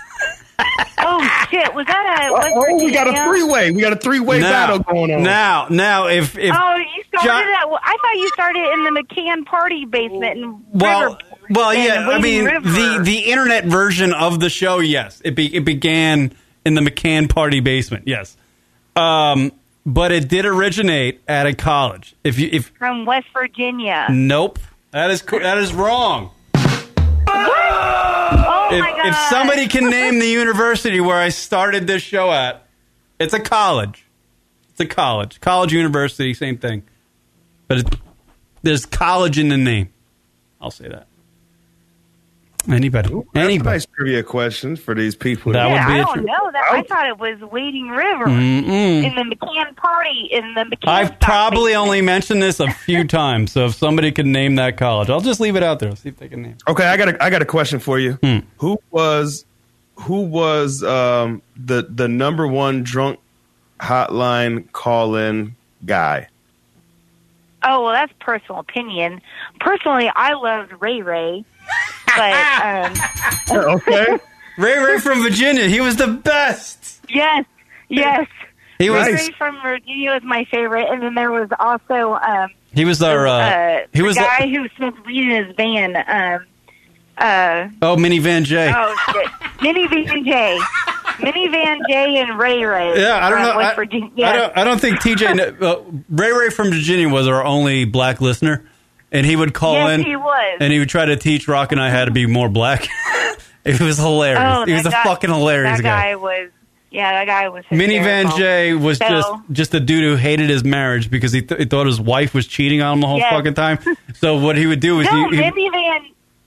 S9: Oh shit! Was that a? West
S3: Oh, we got a
S9: Virginia?
S3: three way. We got a three way
S2: Now-
S3: battle going on.
S2: Now, now, if if
S9: oh, you started
S2: John-
S9: at, well, I thought you started in the McCann party basement. In
S2: well,
S9: River,
S2: well,
S9: in
S2: yeah. I
S9: Wading
S2: mean,
S9: River.
S2: the the internet version of the show. Yes, it be, it began in the McCann party basement. Yes, um, but it did originate at a college. If you if
S9: from West Virginia.
S2: Nope. That is cor- that is wrong.
S9: Oh
S2: if,
S9: my god!
S2: if somebody can name the university where I started this show at, it's a college. It's a college. College university, same thing. But it, there's college in the name. I'll say that. Anybody? Anybody?
S3: Nice trivia questions for these people.
S2: That
S9: yeah,
S2: would be
S9: I
S2: a
S9: don't
S2: tr-
S9: know. That, I thought it was Wading River
S2: Mm-mm.
S9: in the McCann party in the McCann.
S2: I've probably only mentioned this a few times, so if somebody could name that college, I'll just leave it out there. See if they can name.
S3: Okay, I got a, I got a question for you.
S2: Hmm.
S3: Who was who was um, the the number one drunk hotline call in guy?
S9: Oh well, that's personal opinion. Personally, I loved Ray Ray, but um,
S3: okay.
S2: Ray Ray from Virginia. He was the best.
S9: Yes, yes.
S2: He was-
S9: Ray Ray from Virginia was my favorite, and then there was also um,
S2: He was our. Uh,
S9: uh,
S2: he
S9: the
S2: was
S9: guy who smoked weed in his van. Um, uh,
S2: oh minivan J.
S9: Oh shit, Minivan J, Minivan J, and Ray Ray.
S2: Yeah, I don't
S9: from
S2: know.
S9: West
S2: I,
S9: Virginia.
S2: I don't. I don't think TJ kn- uh, Ray Ray from Virginia was our only black listener, and he would call
S9: Yes,
S2: in.
S9: he was.
S2: and he would try to teach Rock and I how to be more black. it was hilarious.
S9: Oh,
S2: he was
S9: that
S2: a
S9: guy-
S2: fucking hilarious
S9: that guy. was. Yeah, that guy was.
S2: Minivan
S9: hysterical.
S2: J was
S9: So-
S2: just just a dude who hated his marriage because he, th- he thought his wife was cheating on him the whole
S9: Yes.
S2: fucking time. So what he would do is
S9: No,
S2: he, he
S9: Minivan.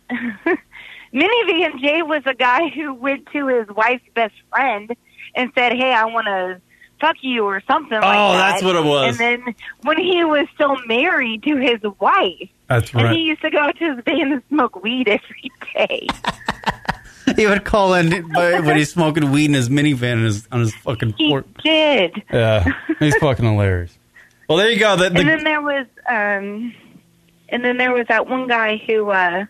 S9: Minivan J was a guy who went to his wife's best friend and said, "Hey, I want to fuck you" or something. Oh, like that.
S2: that's what it was.
S9: And then when he was still married to his wife,
S2: that's
S9: and he
S2: right.
S9: used to go to his van and smoke weed every day.
S2: He would call in by- when he's smoking weed in his minivan and his, on his fucking porch.
S9: Did
S2: Yeah, he's fucking hilarious. Well, there you go. The, the,
S9: and then there was um and then there was that one guy who uh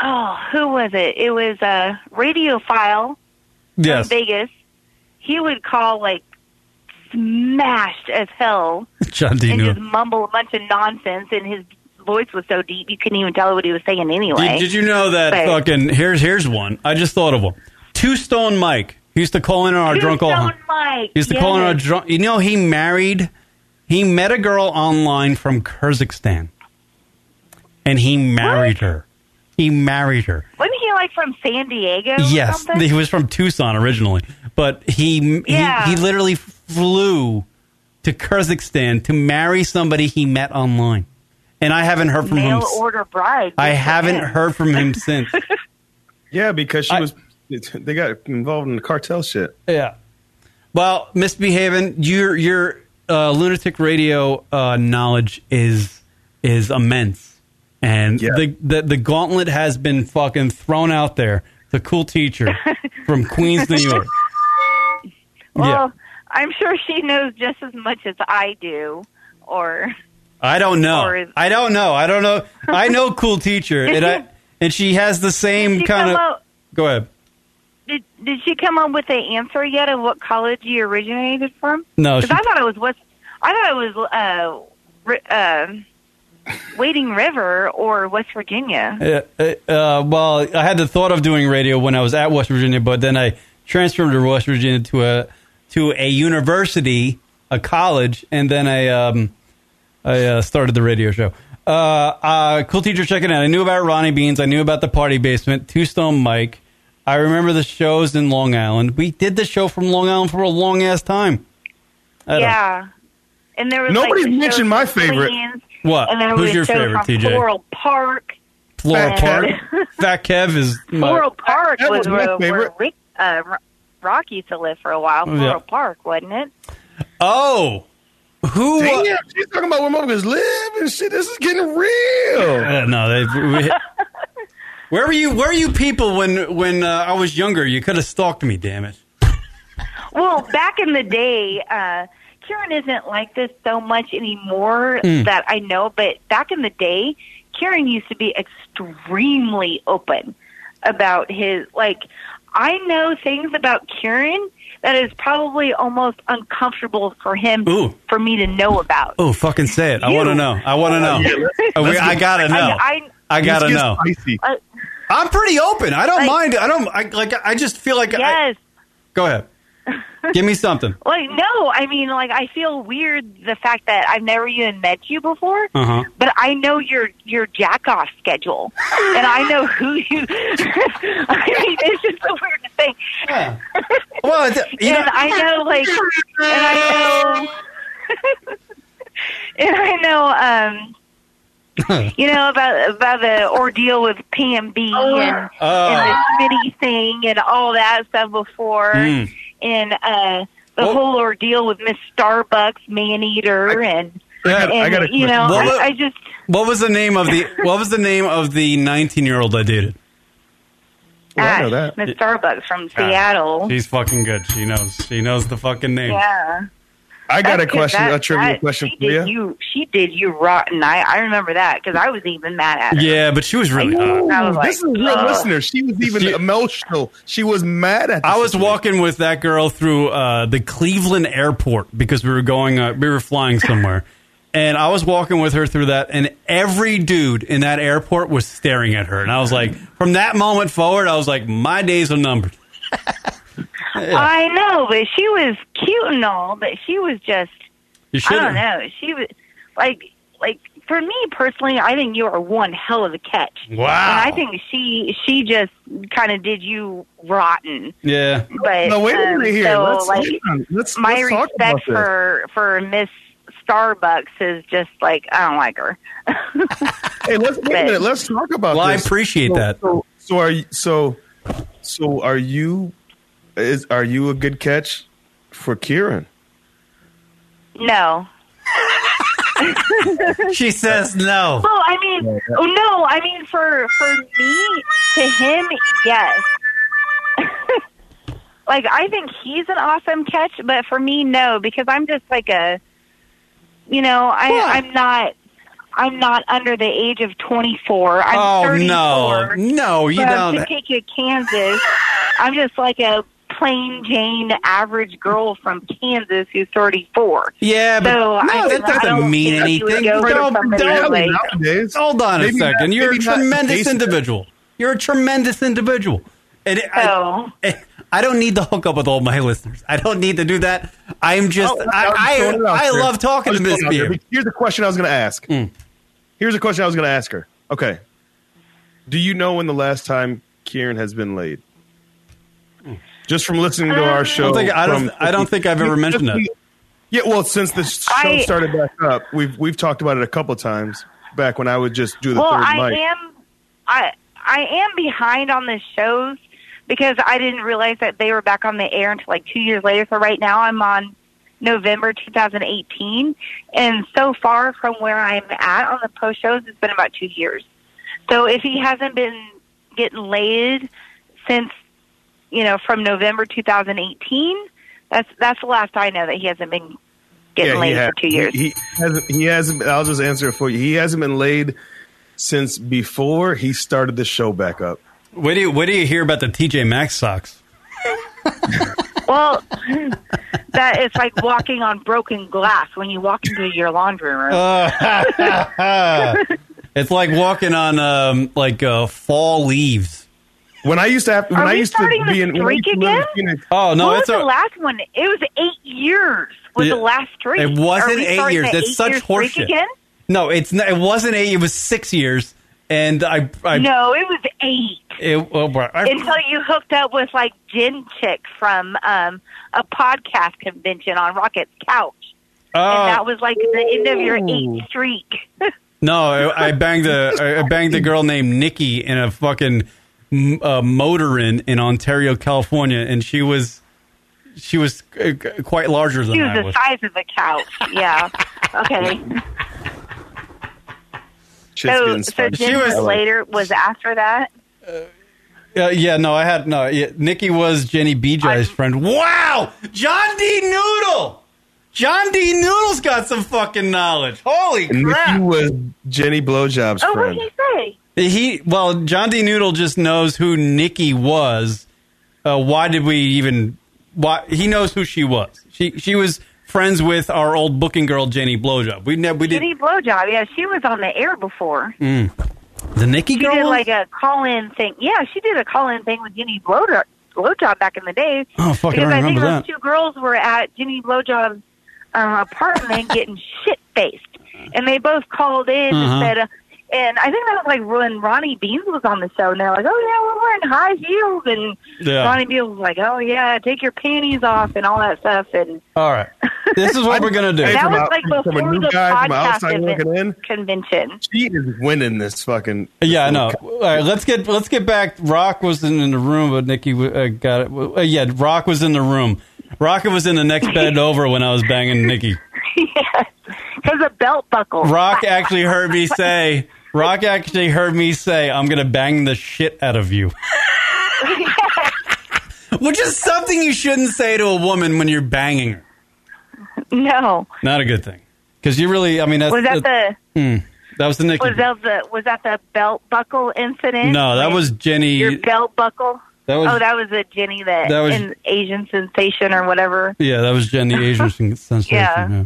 S9: oh who was it it was uh radiophile
S2: Yes.
S9: from vegas he would call like smashed as hell
S2: John D.
S9: and
S2: Newell.
S9: just mumble a bunch of nonsense and his voice was so deep you couldn't even tell what he was saying anyway
S2: Did, did you know that
S9: But-
S2: fucking here's here's one. I just thought of one. Two Stone Mike. He used to call in on our
S9: Two
S2: drunk all
S9: Stone Mike,
S2: He used to call in on our
S9: yes.
S2: drunk you know he married he met a girl online from Kyrgyzstan. And he married her. He married her.
S9: wasn't he like from san diego or
S2: Yes,
S9: something?
S2: he was from Tucson originally, but he
S9: Yeah.
S2: he, he literally flew to Kyrgyzstan to marry somebody he met online, and I haven't heard from him.
S9: mail
S2: s-
S9: order bride
S2: I
S9: Good for
S2: haven't
S9: him.
S2: heard from him since.
S3: Yeah, because she was they got involved in the cartel shit.
S2: Yeah. Well, misbehaving, your your uh, lunatic radio uh, knowledge is is immense, and the, the the gauntlet has been fucking thrown out there. The cool teacher from Queens, New York.
S9: well
S2: yeah,
S9: i'm sure she knows just as much as i do or
S2: I don't
S9: or
S2: know.
S9: is-
S2: I don't know. I don't know. I know cool teacher, and I and she has the same
S9: she
S2: kind
S9: come
S2: of
S9: out-
S2: Go ahead.
S9: Did Did she come up with the answer yet of what college you originated from?
S2: No,
S9: because
S2: Oh, she-
S9: I thought it was West. I thought it was uh, Ri- uh, Wading River or West Virginia.
S2: Uh, uh, well, I had the thought of doing radio when I was at West Virginia, but then I transferred to West Virginia to a to a university, a college, and then I um, I uh, started the radio show. Uh, uh, cool teacher checking out. I knew about Ronnie Beans. I knew about the Party Basement, Two Stone Mike. I remember the shows in Long Island. We did the show from Long Island for a long ass time. I don't-
S9: Yeah, and there was
S3: Nobody's
S9: like, the show
S3: mentioned my
S9: from
S3: favorite.
S9: Queens,
S2: What?
S9: And there
S2: Who's
S9: was
S2: your
S9: show
S2: favorite,
S9: from
S2: TJ?
S9: Floral Park.
S2: Flora
S9: And-
S2: Park. Fat Kev is my,
S9: Floral Park
S3: That
S9: was,
S3: was my
S9: where, where
S3: favorite.
S9: Rick, uh, Ro- Rock used to live for a while.
S2: Yeah.
S9: Floral Park, wasn't it?
S2: Oh, who?
S3: Damn, she's talking about where motherfuckers live and shit. This is getting real.
S2: Uh, no, they, we- where were you? Where were you people when when uh, I was younger? You could have stalked me. Damn it!
S9: Well, back in the day, uh, Karen isn't like this so much anymore
S2: Mm.
S9: that I know, but back in the day, Karen used to be extremely open about his, like, I know things about Kieran that is probably almost uncomfortable for him, for me to know about.
S2: Oh, fucking say it! I
S9: You-
S2: want to know. I want to know.
S9: Yeah, let's-
S2: Uh, we-
S9: let's
S2: I
S9: get-
S2: gotta know.
S9: I-
S2: I,
S9: I-
S2: gotta
S9: Let's get
S2: know.
S9: Uh,
S2: I'm pretty open. I don't
S9: Like-
S2: mind. I don't. I like. I just feel like. I,
S9: yes.
S2: go ahead. Give me something.
S9: Like no, I mean like I feel weird the fact that I've never even met you before,
S2: Uh huh.
S9: but I know your your jack off schedule, and I know who you. I mean, it's just the weirdest thing.
S2: Well,
S9: and I know like, and I know, and I know, um, you know about about the ordeal with PMB and,
S2: Oh.
S9: and the committee thing and all that stuff before,
S2: Mm.
S9: and uh, the whole ordeal with Miss Starbucks man eater and
S2: I got- I
S9: and
S2: got a
S9: you know
S2: question.
S9: I, I just
S2: What was the name of the? What was the name of the 19 year old I dated?
S9: Ash, Miss Starbucks from Seattle.
S2: She's fucking good. She knows. She knows the fucking name.
S9: Yeah.
S3: I got
S9: That's
S3: a
S9: good.
S3: question,
S9: That-
S3: a trivia
S9: that-
S3: question
S9: she
S3: for
S9: did
S3: you.
S9: She did you rotten. I, I remember that because I was even mad at her.
S2: Yeah, but she was really hot.
S9: I was like,
S3: this is real
S9: "Ugh."
S3: listener. She was even emotional. She was mad at. the
S2: I was
S3: situation.
S2: walking with that girl through uh, the Cleveland airport because we were going, uh, we were flying somewhere, and I was walking with her through that, and every dude in that airport was staring at her, and I was like, from that moment forward, I was like, my days are numbered.
S9: I know, but she was cute and all, but she was just
S2: You
S9: I
S2: should.
S9: don't know. She was like like for me personally, I think you are one hell of a catch.
S2: Wow.
S9: And I think she she just kind of did you rotten.
S2: Yeah.
S9: But
S3: No, wait a
S9: um,
S3: minute here.
S9: So,
S3: Let's-
S9: like,
S3: hold on. Let's-
S9: my
S3: let's talk
S9: respect
S3: about this.
S9: for for Miss Starbucks is just like I don't like her.
S3: Hey, let's wait a minute. Let's talk about.
S2: Well, I
S3: this.
S2: appreciate
S3: So-
S2: that.
S3: So, so are you, so so are you is are you a good catch for Kieran?
S9: No.
S2: She says no.
S9: Well, I mean, oh, no, I mean for for me to him, yes. like I think he's an awesome catch, but for me, no, because I'm just like a, you know, I I'm not. I'm not under the age of 24. I'm
S2: Oh
S9: 34.
S2: no, no, you
S9: But
S2: don't.
S9: To take you to Kansas, I'm just like a plain Jane average girl from Kansas who's 34.
S2: Yeah, but
S9: So, I
S2: no,
S9: don't
S2: that
S9: know. I
S2: doesn't
S9: don't
S2: mean
S9: think you would
S2: anything.
S9: go for
S2: Don't-
S9: somebody
S2: don't-
S9: like- oh,
S3: Nowadays,
S2: Hold on a
S3: Maybe not-
S2: second. You're a
S3: maybe not
S2: tremendous
S3: Jason.
S2: individual. You're a tremendous individual. And I- eh,
S9: So-
S2: I, don't need to hook up with all my listeners. I don't need to do that. I'm just
S3: Oh,
S2: I
S3: I'll just throw it out
S2: I, I
S3: there.
S2: love talking
S3: I'll
S2: to
S3: just throw
S2: Miss Hmm.
S3: it out there.
S2: Beer.
S3: But Here's the question I was going to ask. Here's a question I was going to ask her. Okay. Do you know when the last time Kieran has been laid? Just from listening to our show.
S2: I don't think- I don't-
S3: from-
S2: I don't think I've ever mentioned that.
S3: Yeah, well, since the show
S9: I-
S3: started back up, we've we've talked about it a couple times back when I would just do the
S9: well,
S3: third
S9: I
S3: mic.
S9: am I I am behind on the shows because I didn't realize that they were back on the air until like two years later. So right now I'm on November 2018, and so far from where I'm at on the post shows, it's been about two years. So if he hasn't been getting laid since you know from November 2018, that's that's the last I know that he hasn't been getting
S3: he
S9: laid
S3: ha-
S9: for two years.
S3: He, he hasn't. He hasn't. I'll just answer it for you. He hasn't been laid since before he started the show back up.
S2: What do you What do you hear about the TJ Maxx socks?
S9: Well, that is like walking on broken glass when you walk into your laundry room.
S2: Uh, it's like walking on um, like uh, fall leaves.
S3: When I used to have,
S9: Are we starting the streak again?
S2: Oh no,
S9: what
S2: it's
S9: was
S2: a,
S9: the last one? It was eight years. Was
S2: Yeah.
S9: the last streak?
S2: It
S9: Are
S2: wasn't
S9: we
S2: eight
S9: starting
S2: years.
S9: the
S2: That's
S9: eight
S2: such
S9: year streak
S2: horseshit.
S9: Again?
S2: No, it's not, it wasn't eight. It was six years, and I, I
S9: no, it was eight.
S2: it, oh, bro, I-
S9: Until you hooked up with like Jen Chick from um, a podcast convention on Rocket's couch,
S2: Oh.
S9: and that was like the end of your eighth streak.
S2: No, I, I banged a I I banged a girl named Nikki in a fucking m- uh, motor inn in Ontario, California, and she was she was uh, quite larger than
S9: She was
S2: I
S9: the
S2: was. Uh,
S9: size of a couch. Yeah. Okay. Oh, so, so
S2: She
S9: Jen
S2: was
S9: later was after that.
S2: Uh, yeah, no, I had no. Yeah, Nikki was Jenny BJ's friend. Wow, John D. Noodle, John D. Noodle's got some fucking knowledge. Holy
S3: And Nikki
S2: crap!
S3: was Jenny Blowjob's
S9: Oh, what
S3: friend.
S9: did he say?
S2: He well, John D. Noodle just knows who Nikki was. Uh, why did we even? Why he knows who she was. She she was friends with our old booking girl Jenny Blowjob. We never we did.
S9: Jenny Blowjob. Yeah, she was on the air before.
S2: Mm. The Nikki
S9: She
S2: girl.
S9: did
S2: one?
S9: like a call in thing. Yeah, she did a call in thing with Jenny Blowjob, Blowjob back in the day.
S2: Oh, fuck, I
S9: Because I think
S2: remember
S9: those
S2: that.
S9: two girls were at Jenny Blowjob's um, apartment getting shit faced. And they both called in
S15: Uh-huh.
S9: and said, uh, and I think that was like when Ronnie Beans was on the show, and they're like, oh, yeah, we're wearing high heels. And
S2: Yeah.
S9: Ronnie Beans was like, oh, yeah, take your panties off and all that stuff. And
S2: All right, this is what we're gonna do.
S9: That
S3: Hey, from
S9: was
S3: out-
S9: like
S3: from a
S9: before
S3: new
S9: the
S3: guy from outside
S9: podcast
S3: looking
S9: event- convention.
S3: She is winning this fucking.
S2: Yeah, I know. All right, let's get let's get back. Rock wasn't in the room, but Nikki uh, got it. Uh, yeah, Rock was in the room. Rock was in the next bed over when I was banging Nikki.
S9: Has a belt buckle.
S2: Rock actually heard me say. Rock actually heard me say, "I'm gonna bang the shit out of you," which is something you shouldn't say to a woman when you're banging her.
S9: no.
S2: Not a good thing, because you really. I mean, that's
S9: was that the
S2: the that was the Nikki.
S9: was that the was that the belt buckle incident?
S2: no, that
S9: When
S2: was Jenny.
S9: your belt buckle.
S2: That was-
S9: oh, that was a Jenny that,
S2: That was-
S9: in Asian sensation or whatever.
S2: Yeah, that was Jen the Asian sen- sensation.
S9: Yeah.
S2: yeah.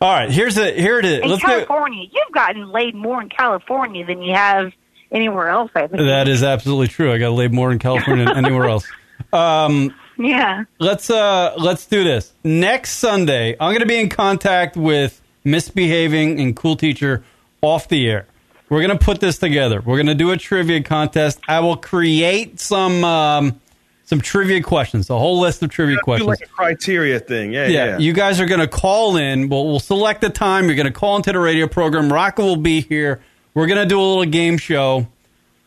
S2: All right, here's a here it is.
S9: In
S2: Let's go.
S9: California, you've gotten laid more in California than you have anywhere else. I think.
S2: That is absolutely true. I got laid more in California than anywhere else. Um,
S9: yeah.
S2: let's uh let's do this next Sunday. I'm going to be in contact with misbehaving and cool teacher off the air. We're going to put this together. We're going to do a trivia contest. I will create some um, some trivia questions, a whole list of trivia
S3: Do
S2: questions.
S3: like a criteria thing. Yeah,
S2: yeah,
S3: yeah.
S2: you guys are going to call in. We'll, we'll select the time. You're going to call into the radio program. Rocco will be here. We're going to do a little game show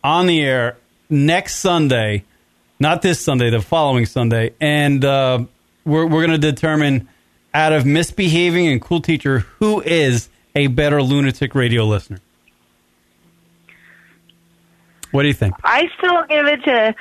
S2: on the air next Sunday, not this Sunday, the following Sunday, and uh, we're we're going to determine out of misbehaving and cool teacher who is a better lunatic radio listener. What do you think?
S9: I still give it to.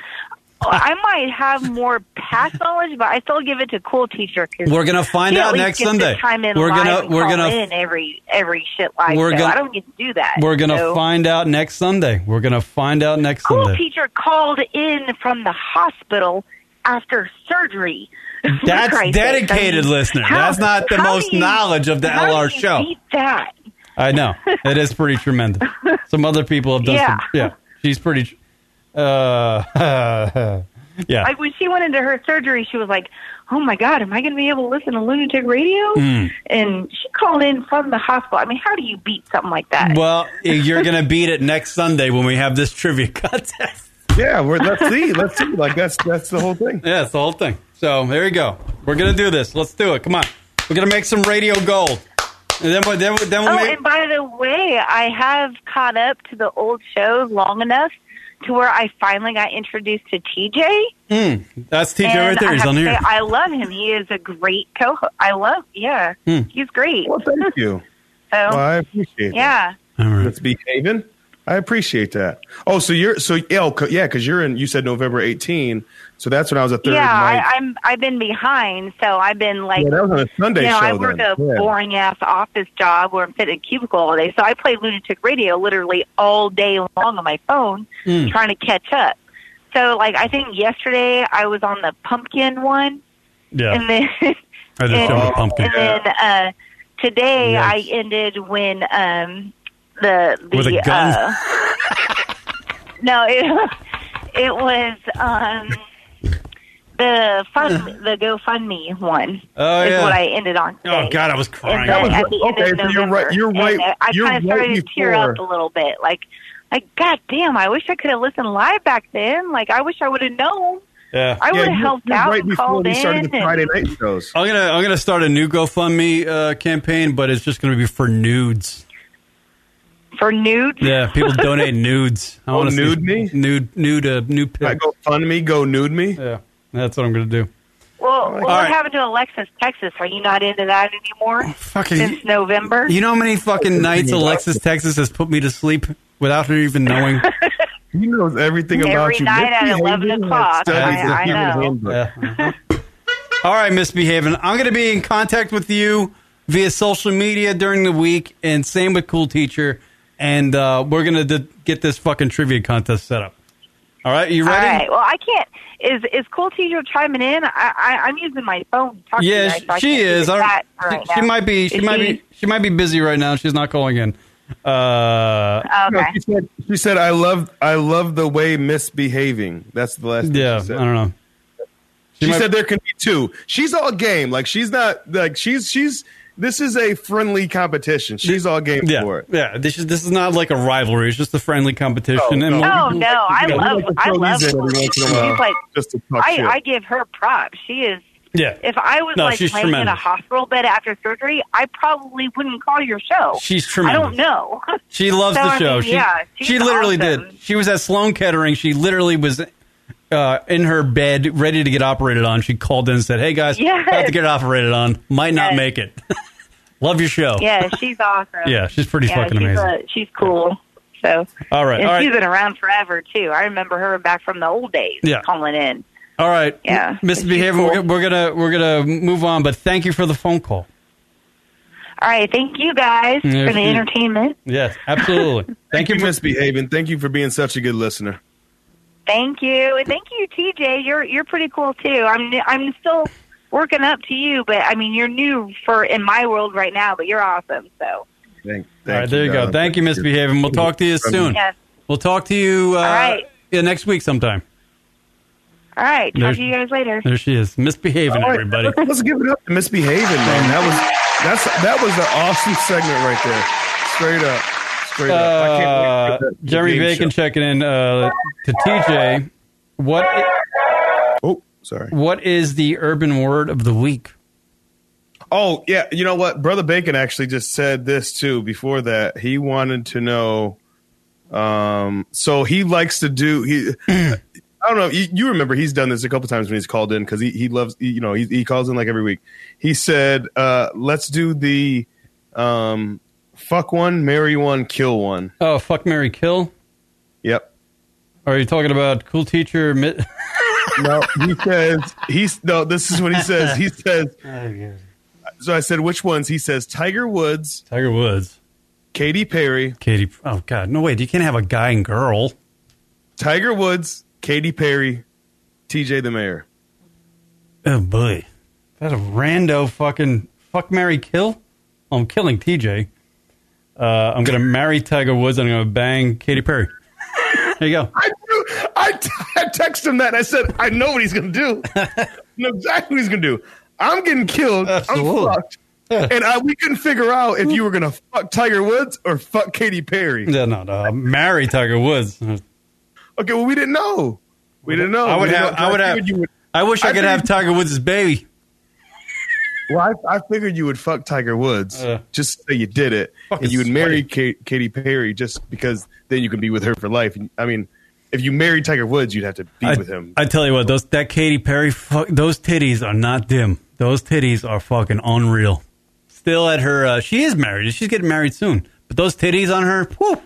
S9: I might have more past knowledge, but I still give it to cool teacher. 'cause
S2: We're gonna find
S9: he at
S2: out
S9: least
S2: next
S9: gets to
S2: Sunday.
S9: Time in
S2: We're
S9: live
S2: gonna-
S9: and
S2: we're
S9: call
S2: gonna-
S9: in every every shit live.
S2: We're
S9: show.
S2: gonna-
S9: I don't get to do that.
S2: We're going to
S9: so-
S2: find out next Sunday. We're going to find out next
S9: School
S2: Sunday.
S9: teacher called in from the hospital after surgery. For
S2: That's
S9: Christ's sake.
S2: dedicated
S9: I mean,
S2: listener.
S9: how-
S2: That's not the
S9: how
S2: most
S9: do you-
S2: knowledge of the
S9: how
S2: LR
S9: do you
S2: show.
S9: Beat that.
S2: I know it is pretty tremendous. Some other people have done.
S9: Yeah.
S2: some, yeah. She's pretty. tr- Uh, yeah.
S9: Like when she went into her surgery, she was like, "Oh my God, am I going to be able to listen to lunatic radio?"
S2: Mm.
S9: And she called in from the hospital. I mean, how do you beat something like that?
S2: Well, you're gonna beat it next Sunday when we have this trivia contest.
S3: Yeah, we're, let's see. Let's see. Like that's that's the whole thing.
S2: Yeah, it's the whole thing. So there you go. We're gonna do this. Let's do it. Come on. We're gonna make some radio gold. And then, we- then, we- then we'll
S9: oh,
S2: make.
S9: and by the way, I have caught up to the old shows long enough to where I finally got introduced to TJ.
S2: Mm, that's TJ
S9: And
S2: right there.
S9: I
S2: He's
S9: have
S2: on
S9: to
S2: here.
S9: say, I love him. He is a great co-host. I love, yeah,
S2: Hmm.
S9: he's great. Well,
S3: Thank you. Well, I appreciate.
S9: Oh. yeah,
S3: That. Let's be haven. I appreciate that. Oh, so you're so yeah, c- yeah, because you're in. You said November 18, so that's when I was a third.
S9: yeah.
S3: mic.
S9: I, I'm I've been behind, so I've been like.
S3: Yeah, that was on a Sunday
S9: you know, I
S3: show
S9: work
S3: then.
S9: a
S3: Yeah.
S9: boring ass office job where I'm sitting in a cubicle all day. So I play lunatic radio literally all day long on my phone,
S2: Mm.
S9: trying to catch up. So like I think yesterday I was on the pumpkin one,
S2: Yeah.
S9: and then
S2: I just
S9: and-
S2: showed a pumpkin.
S9: And then uh, today
S2: Yikes.
S9: I ended when um, the the
S2: With a gun?
S9: Uh, no, it it was um, the fund the GoFundMe one.
S2: Oh,
S9: is
S2: yeah.
S9: what I ended on. Today.
S2: Oh, God, I was crying.
S9: And then
S2: That
S9: at
S2: was-
S9: the end
S2: okay,
S9: of
S2: so you're
S9: November.
S2: right- you're right-
S9: And I- I
S2: you're
S9: kind of started
S2: right
S9: to tear up a
S2: before.
S9: little bit. Like, like God damn! I wish I could have listened live back then. Like, I wish I would have known.
S2: Yeah.
S9: I would have helped out and called in. and-
S3: shows.
S2: I'm gonna I'm gonna start a new GoFundMe uh, campaign, but it's just gonna be for nudes.
S9: For nudes?
S2: Yeah, people donate nudes.
S3: Oh,
S2: wanna see-
S3: nude me?
S2: Nude, nude, uh, nude pic.
S3: Go fund me, go nude me.
S2: Yeah, that's what I'm gonna do.
S9: Well, well what
S2: right.
S9: happened to Alexis, Texas? Are you not into that anymore?
S2: Fucking-
S9: since November.
S2: You know how many fucking nights Alexis Texas has put me to sleep without her even knowing?
S3: He knows everything
S9: Every
S3: about you.
S9: night at
S3: Nipsey
S9: 11
S3: Hussle
S9: o'clock,
S3: studies
S9: I-
S3: the
S9: I
S3: human
S9: know.
S3: handbook.
S2: uh-huh. All right, misbehaving. I'm going to be in contact with you via social media during the week, and same with Cool Teacher. And uh, we're going to d- get this fucking trivia contest set up. All right, you
S9: All
S2: ready?
S9: right. Well, I can't. Is is cool teacher chiming in? I, I I'm using my phone. To talk
S2: yeah,
S9: to you guys, so I
S2: she
S9: can't do
S2: is. I-
S9: that
S2: she,
S9: right
S2: she
S9: now.
S2: might be. She
S9: Is
S2: might be. She might be busy right now. She's not calling in. Uh,
S3: No, she, said, she said, "I love, I love the way misbehaving." That's the last.
S2: Yeah,
S3: thing she said.
S2: I don't know.
S3: She, said there can be two. She's all game. Like she's not like she's she's. This is a friendly competition. She's all game
S2: Yeah,
S3: for it.
S2: yeah. This is this is not like a rivalry. It's just a friendly competition.
S3: No,
S2: and
S3: no.
S2: we'll-
S9: Oh no! I
S2: Yeah.
S9: love I love
S2: She's
S9: cool
S2: like-
S9: teacher. She's like
S3: Just to talk
S9: I
S3: shit.
S9: I give her props. She is.
S2: Yeah.
S9: If I was
S2: No,
S9: like
S2: she's
S9: laying in a
S2: tremendous.
S9: hospital bed after surgery, I probably wouldn't call your show.
S2: She's
S9: I don't
S2: tremendous.
S9: know.
S2: She loves
S9: So,
S2: the
S9: I
S2: show.
S9: mean,
S2: she,
S9: yeah, she's
S2: she literally
S9: awesome.
S2: did. She was at Sloan Kettering. She literally was uh, in her bed, ready to get operated on. She called in and said, "Hey guys,
S9: Yes.
S2: about to get operated on. Might not
S9: Yes.
S2: make it. Love your show.
S9: Yeah, she's awesome.
S2: Yeah, she's pretty
S9: Yeah,
S2: fucking
S9: she's,
S2: amazing.
S9: uh, she's cool. So
S2: All right,
S9: and
S2: all right.
S9: she's been around forever too. I remember her back from the old days.
S2: Yeah.
S9: calling in.
S2: All right.
S9: Yeah,
S2: Misbehaving. We're, gonna- we're gonna we're gonna move on. But thank you for the phone call.
S9: All right, thank you guys
S2: Yeah,
S9: for the
S2: she-
S9: entertainment.
S2: Yes, absolutely.
S3: Thank you, misbehaving. Thank you for being such a good listener.
S9: Thank you, and thank you, TJ. You're you're pretty cool too. I'm I'm still working up to you, but I mean you're new for in my world right now. But you're awesome. So
S3: Thank, thank uh,
S2: All right, there you go.
S3: Don.
S2: Thank you, misbehaving. We'll talk to you soon.
S9: yes.
S2: We'll talk to you. Uh,
S9: All right.
S2: Yeah, next week sometime.
S9: All right, talk
S2: There's-
S9: to you guys later.
S2: There she is, misbehaving.
S3: All right,
S2: everybody.
S3: Let's, let's give it up to misbehaving, man. That was that's that was an awesome segment right there. Straight up, straight up. I
S2: Uh,
S3: can't wait for that
S2: Jeremy
S3: game
S2: Bacon
S3: show.
S2: checking in uh, to TJ. What?
S3: oh, sorry.
S2: What is the urban word of the week?
S3: Oh yeah, you know what? Brother Bacon actually just said this too. Before that, he wanted to know. Um, so he likes to do he. I don't know. You, you remember he's done this a couple times when he's called in because he he loves you know he he calls in like every week. He said, uh, "Let's do the um, fuck one, marry one, kill one."
S2: Oh, fuck Mary Kill.
S3: Yep.
S2: Are you talking about cool teacher? Mi-
S3: No, he says he's no. This is what he says. He says. So I said, which ones? He says Tiger Woods,
S2: Tiger Woods,
S3: Katy Perry,
S2: Katie. Oh God, no wait. You can't have a guy and girl.
S3: Tiger Woods, Katy Perry, TJ the Mayor.
S2: Oh boy, that's a rando fucking fuck Mary Kill. Oh, I'm killing TJ. Uh, I'm gonna marry Tiger Woods. and I'm gonna bang Katy Perry. There you go.
S3: I, knew- I, t- I texted him that. I said, I know what he's going to do. I know exactly what he's going to do. I'm getting killed.
S2: Absolutely.
S3: I'm fucked. And I, we couldn't figure out if you were going to fuck Tiger Woods or fuck Katy Perry.
S2: No, no, no. Marry Tiger Woods.
S3: Okay, well, we didn't know. We didn't know.
S2: I would
S3: We didn't
S2: have.
S3: know.
S2: I would have.
S3: figured you would-
S2: I wish I,
S3: I
S2: could have Tiger Woods' baby.
S3: Well, I, I figured you would fuck Tiger Woods
S2: Uh,
S3: just so you did it, and you would marry Ka- Katy Perry just because then you can be with her for life. And, I mean, if you married Tiger Woods, you'd have to be
S2: I,
S3: with him.
S2: I tell you what, those that Katy Perry, fuck, those titties are not dim. Those titties are fucking unreal. Still at her, uh, she is married. She's getting married soon. But those titties on her, whew.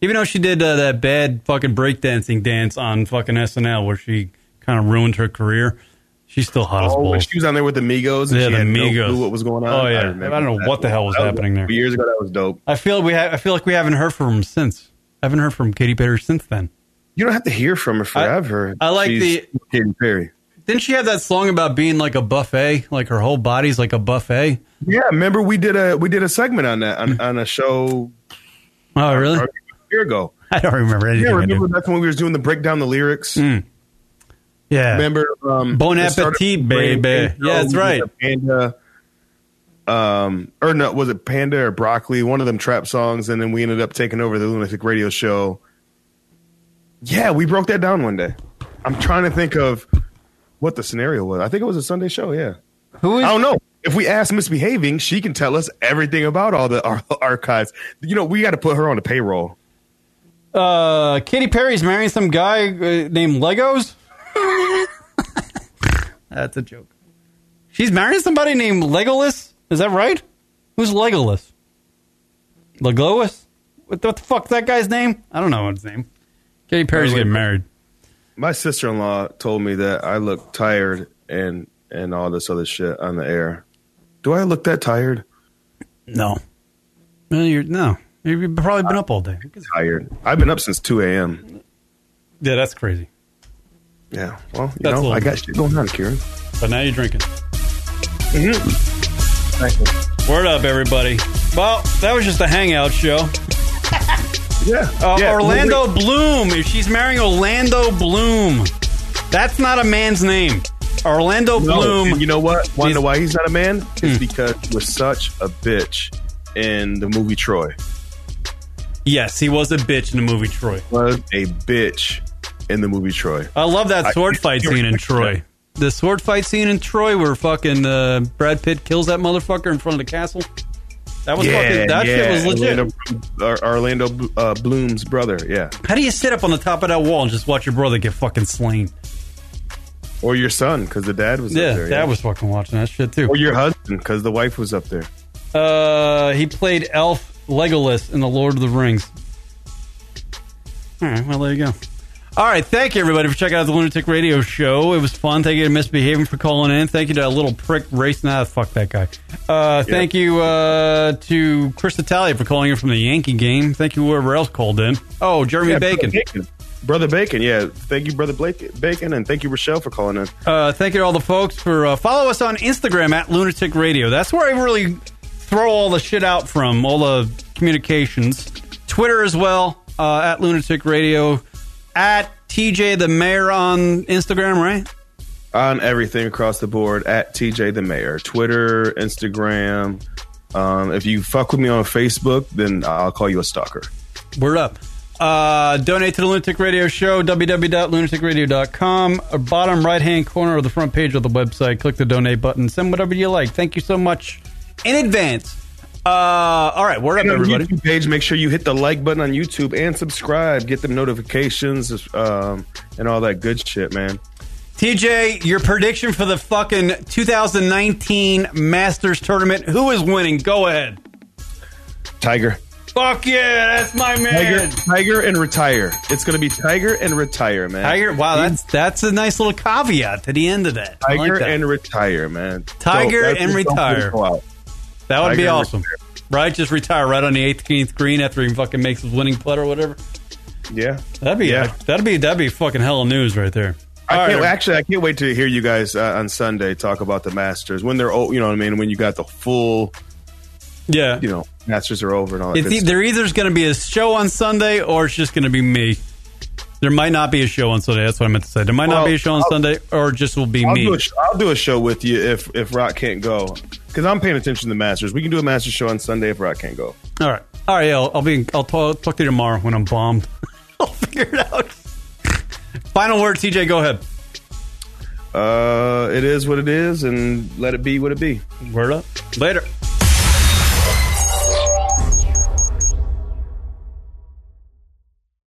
S2: Even though she did uh, that bad fucking breakdancing dance on fucking SNL where she kind of ruined her career, she's still hot as
S3: Oh, when
S2: balls.
S3: she was on there with the Migos. And
S2: Yeah,
S3: she
S2: the
S3: had
S2: Migos.
S3: No clue what was going on?
S2: Oh, yeah.
S3: remember
S2: I don't know
S3: that.
S2: what the hell was
S3: That
S2: happening there.
S3: Years ago, that was dope.
S2: I feel we ha- I feel like we haven't heard from him since. I haven't heard from Katy Perry since then.
S3: You don't have to hear from her forever.
S2: I like
S3: She's
S2: the-
S3: Katy Perry.
S2: Didn't she have that song about being like a buffet? Like her whole body's like a buffet.
S3: Yeah, remember we did a we did a segment on that on, on a show.
S2: Oh, really? A
S3: year ago.
S2: I don't remember anything.
S3: Yeah,
S2: I
S3: remember
S2: do.
S3: that's when we was doing the breakdown the lyrics.
S2: Yeah.
S3: Remember? Um,
S2: Bon
S3: it started
S2: appetit,
S3: with
S2: baby.
S3: Brain Pain
S2: Yeah, that's
S3: Show,
S2: right.
S3: with the Panda. Um, or no, was it Panda or Broccoli? One of them trap songs, and then we ended up taking over the Lunatic Radio Show. Yeah, we broke that down one day. I'm trying to think of what the scenario was. I think it was a Sunday show. Yeah.
S2: Who is?
S3: I don't know. If we ask misbehaving, she can tell us everything about all the ar- archives. You know, we got to put her on the payroll.
S2: Uh, Katy Perry's marrying some guy uh, named Legos. That's a joke. She's marrying somebody named Legolas. Is that right? Who's Legolas? Legolas? What the, what the fuck's that guy's name? I don't know his name. Katy Perry's getting married.
S3: My sister in law told me that I look tired and and all this other shit on the air. Do I look that tired?
S2: No. No, you're no. You've probably been up all day.
S3: Tired. I've been up since two a.m.
S2: Yeah, that's crazy.
S3: Yeah. Well, you
S2: That's a
S3: know,
S2: little-
S3: I got shit going on, Kieran.
S2: But now you're drinking. Word up, everybody. Well, that was just a hangout show.
S3: yeah.
S2: Uh,
S12: Yeah,
S2: Orlando Bloom. If she's marrying Orlando Bloom, that's not a man's name. Orlando
S3: No,
S2: Bloom. Hmm.
S3: and you know what? Wonder
S2: He's-
S3: why he's not a man? It's because he was such a bitch in the movie Troy.
S2: Yes, he was a bitch in the movie Troy.
S3: Was a bitch in the movie Troy.
S2: I love that sword
S3: I-
S2: fight scene in Troy. The sword fight scene in Troy where fucking uh, Brad Pitt kills that motherfucker in front of the castle. That was fucking. That shit was legit.
S3: Orlando, Orlando uh, Bloom's brother. Yeah.
S2: How do you sit up on the top of that wall and just watch your brother get fucking slain?
S3: Or your son, because the dad was
S2: Yeah,
S3: up there.
S2: dad was fucking watching that shit too.
S3: Or your husband, because the wife was up there.
S2: Uh, he played Elf Legolas in the Lord of the Rings. All right, well there you go. All right, thank you everybody for checking out the Lunatic Radio Show. It was fun. Thank you to Misbehaving for calling in. Thank you to that little prick racing. Nah, fuck that guy. Uh, Thank you uh, to Chris Italia for calling in from the Yankee game. Thank you whoever else called in. Oh, Jeremy
S3: Yeah,
S2: Bacon.
S3: Brother Bacon. Brother Bacon, yeah. Thank you, Brother Blake Bacon, and thank you, Rochelle, for calling in.
S2: Uh, thank you to all the folks for uh, follow us on Instagram at Lunatic Radio. That's where I really throw all the shit out from all the communications. Twitter as well uh, at Lunatic Radio at TJ the Mayor on Instagram, right?
S3: On everything across the board at TJ the Mayor, Twitter, Instagram. Um, if you fuck with me on Facebook, then I'll call you a stalker.
S2: Word up. Uh, donate to the Lunatic Radio Show, www.lunaticradio.com. Or bottom right hand corner of the front page of the website, click the donate button. Send whatever you like. Thank you so much in advance. Uh, all right, word up,
S3: And on
S2: everybody.
S3: YouTube page, make sure you hit the like button on YouTube and subscribe. Get them notifications um, and all that good shit, man.
S2: TJ, your prediction for the fucking 2019 Masters tournament. Who is winning? Go ahead.
S3: Tiger.
S2: Fuck yeah, that's my
S3: Tiger,
S2: man.
S3: Tiger and retire. It's going to be Tiger and retire, man.
S2: Tiger. Wow, that's that's a nice little caveat to the end of that. I like
S3: Tiger
S2: that.
S3: and retire, man.
S2: Tiger
S3: that's
S2: and
S3: just something to
S2: retire.
S3: go out.
S2: that would be
S3: Tiger and
S2: awesome. Right, just retire right on the 18th green after he fucking makes his winning putt or whatever.
S3: Yeah,
S2: that'd be
S3: Yeah.
S2: that'd be that'd be fucking hell of news right there.
S3: I
S2: All
S3: can't,
S2: right.
S3: Actually, I can't wait to hear you guys uh, on Sunday talk about the Masters when they're old. You know what I mean? When you got the full,
S2: yeah,
S3: you know, Masters are over and all that.
S2: It's
S3: good
S2: e- there either is going to be a show on Sunday or it's just going to be me. There might not be a show on Sunday. That's what I meant to say. There might not
S3: Well,
S2: be a show on
S3: I'll-
S2: Sunday or just will be
S3: stuff. I'll
S2: me.
S3: do, a sh- I'll do a show with you if if Rock can't go because I'm paying attention to the Masters. We can do a Masters show on Sunday if Rock can't go.
S2: All right. All right. I'll, I'll be. I'll talk, talk to you tomorrow when I'm bombed. I'll figure it out. Final word, TJ. Go ahead.
S3: Uh, it is what it is, and let it be what it be.
S2: Word up. Later.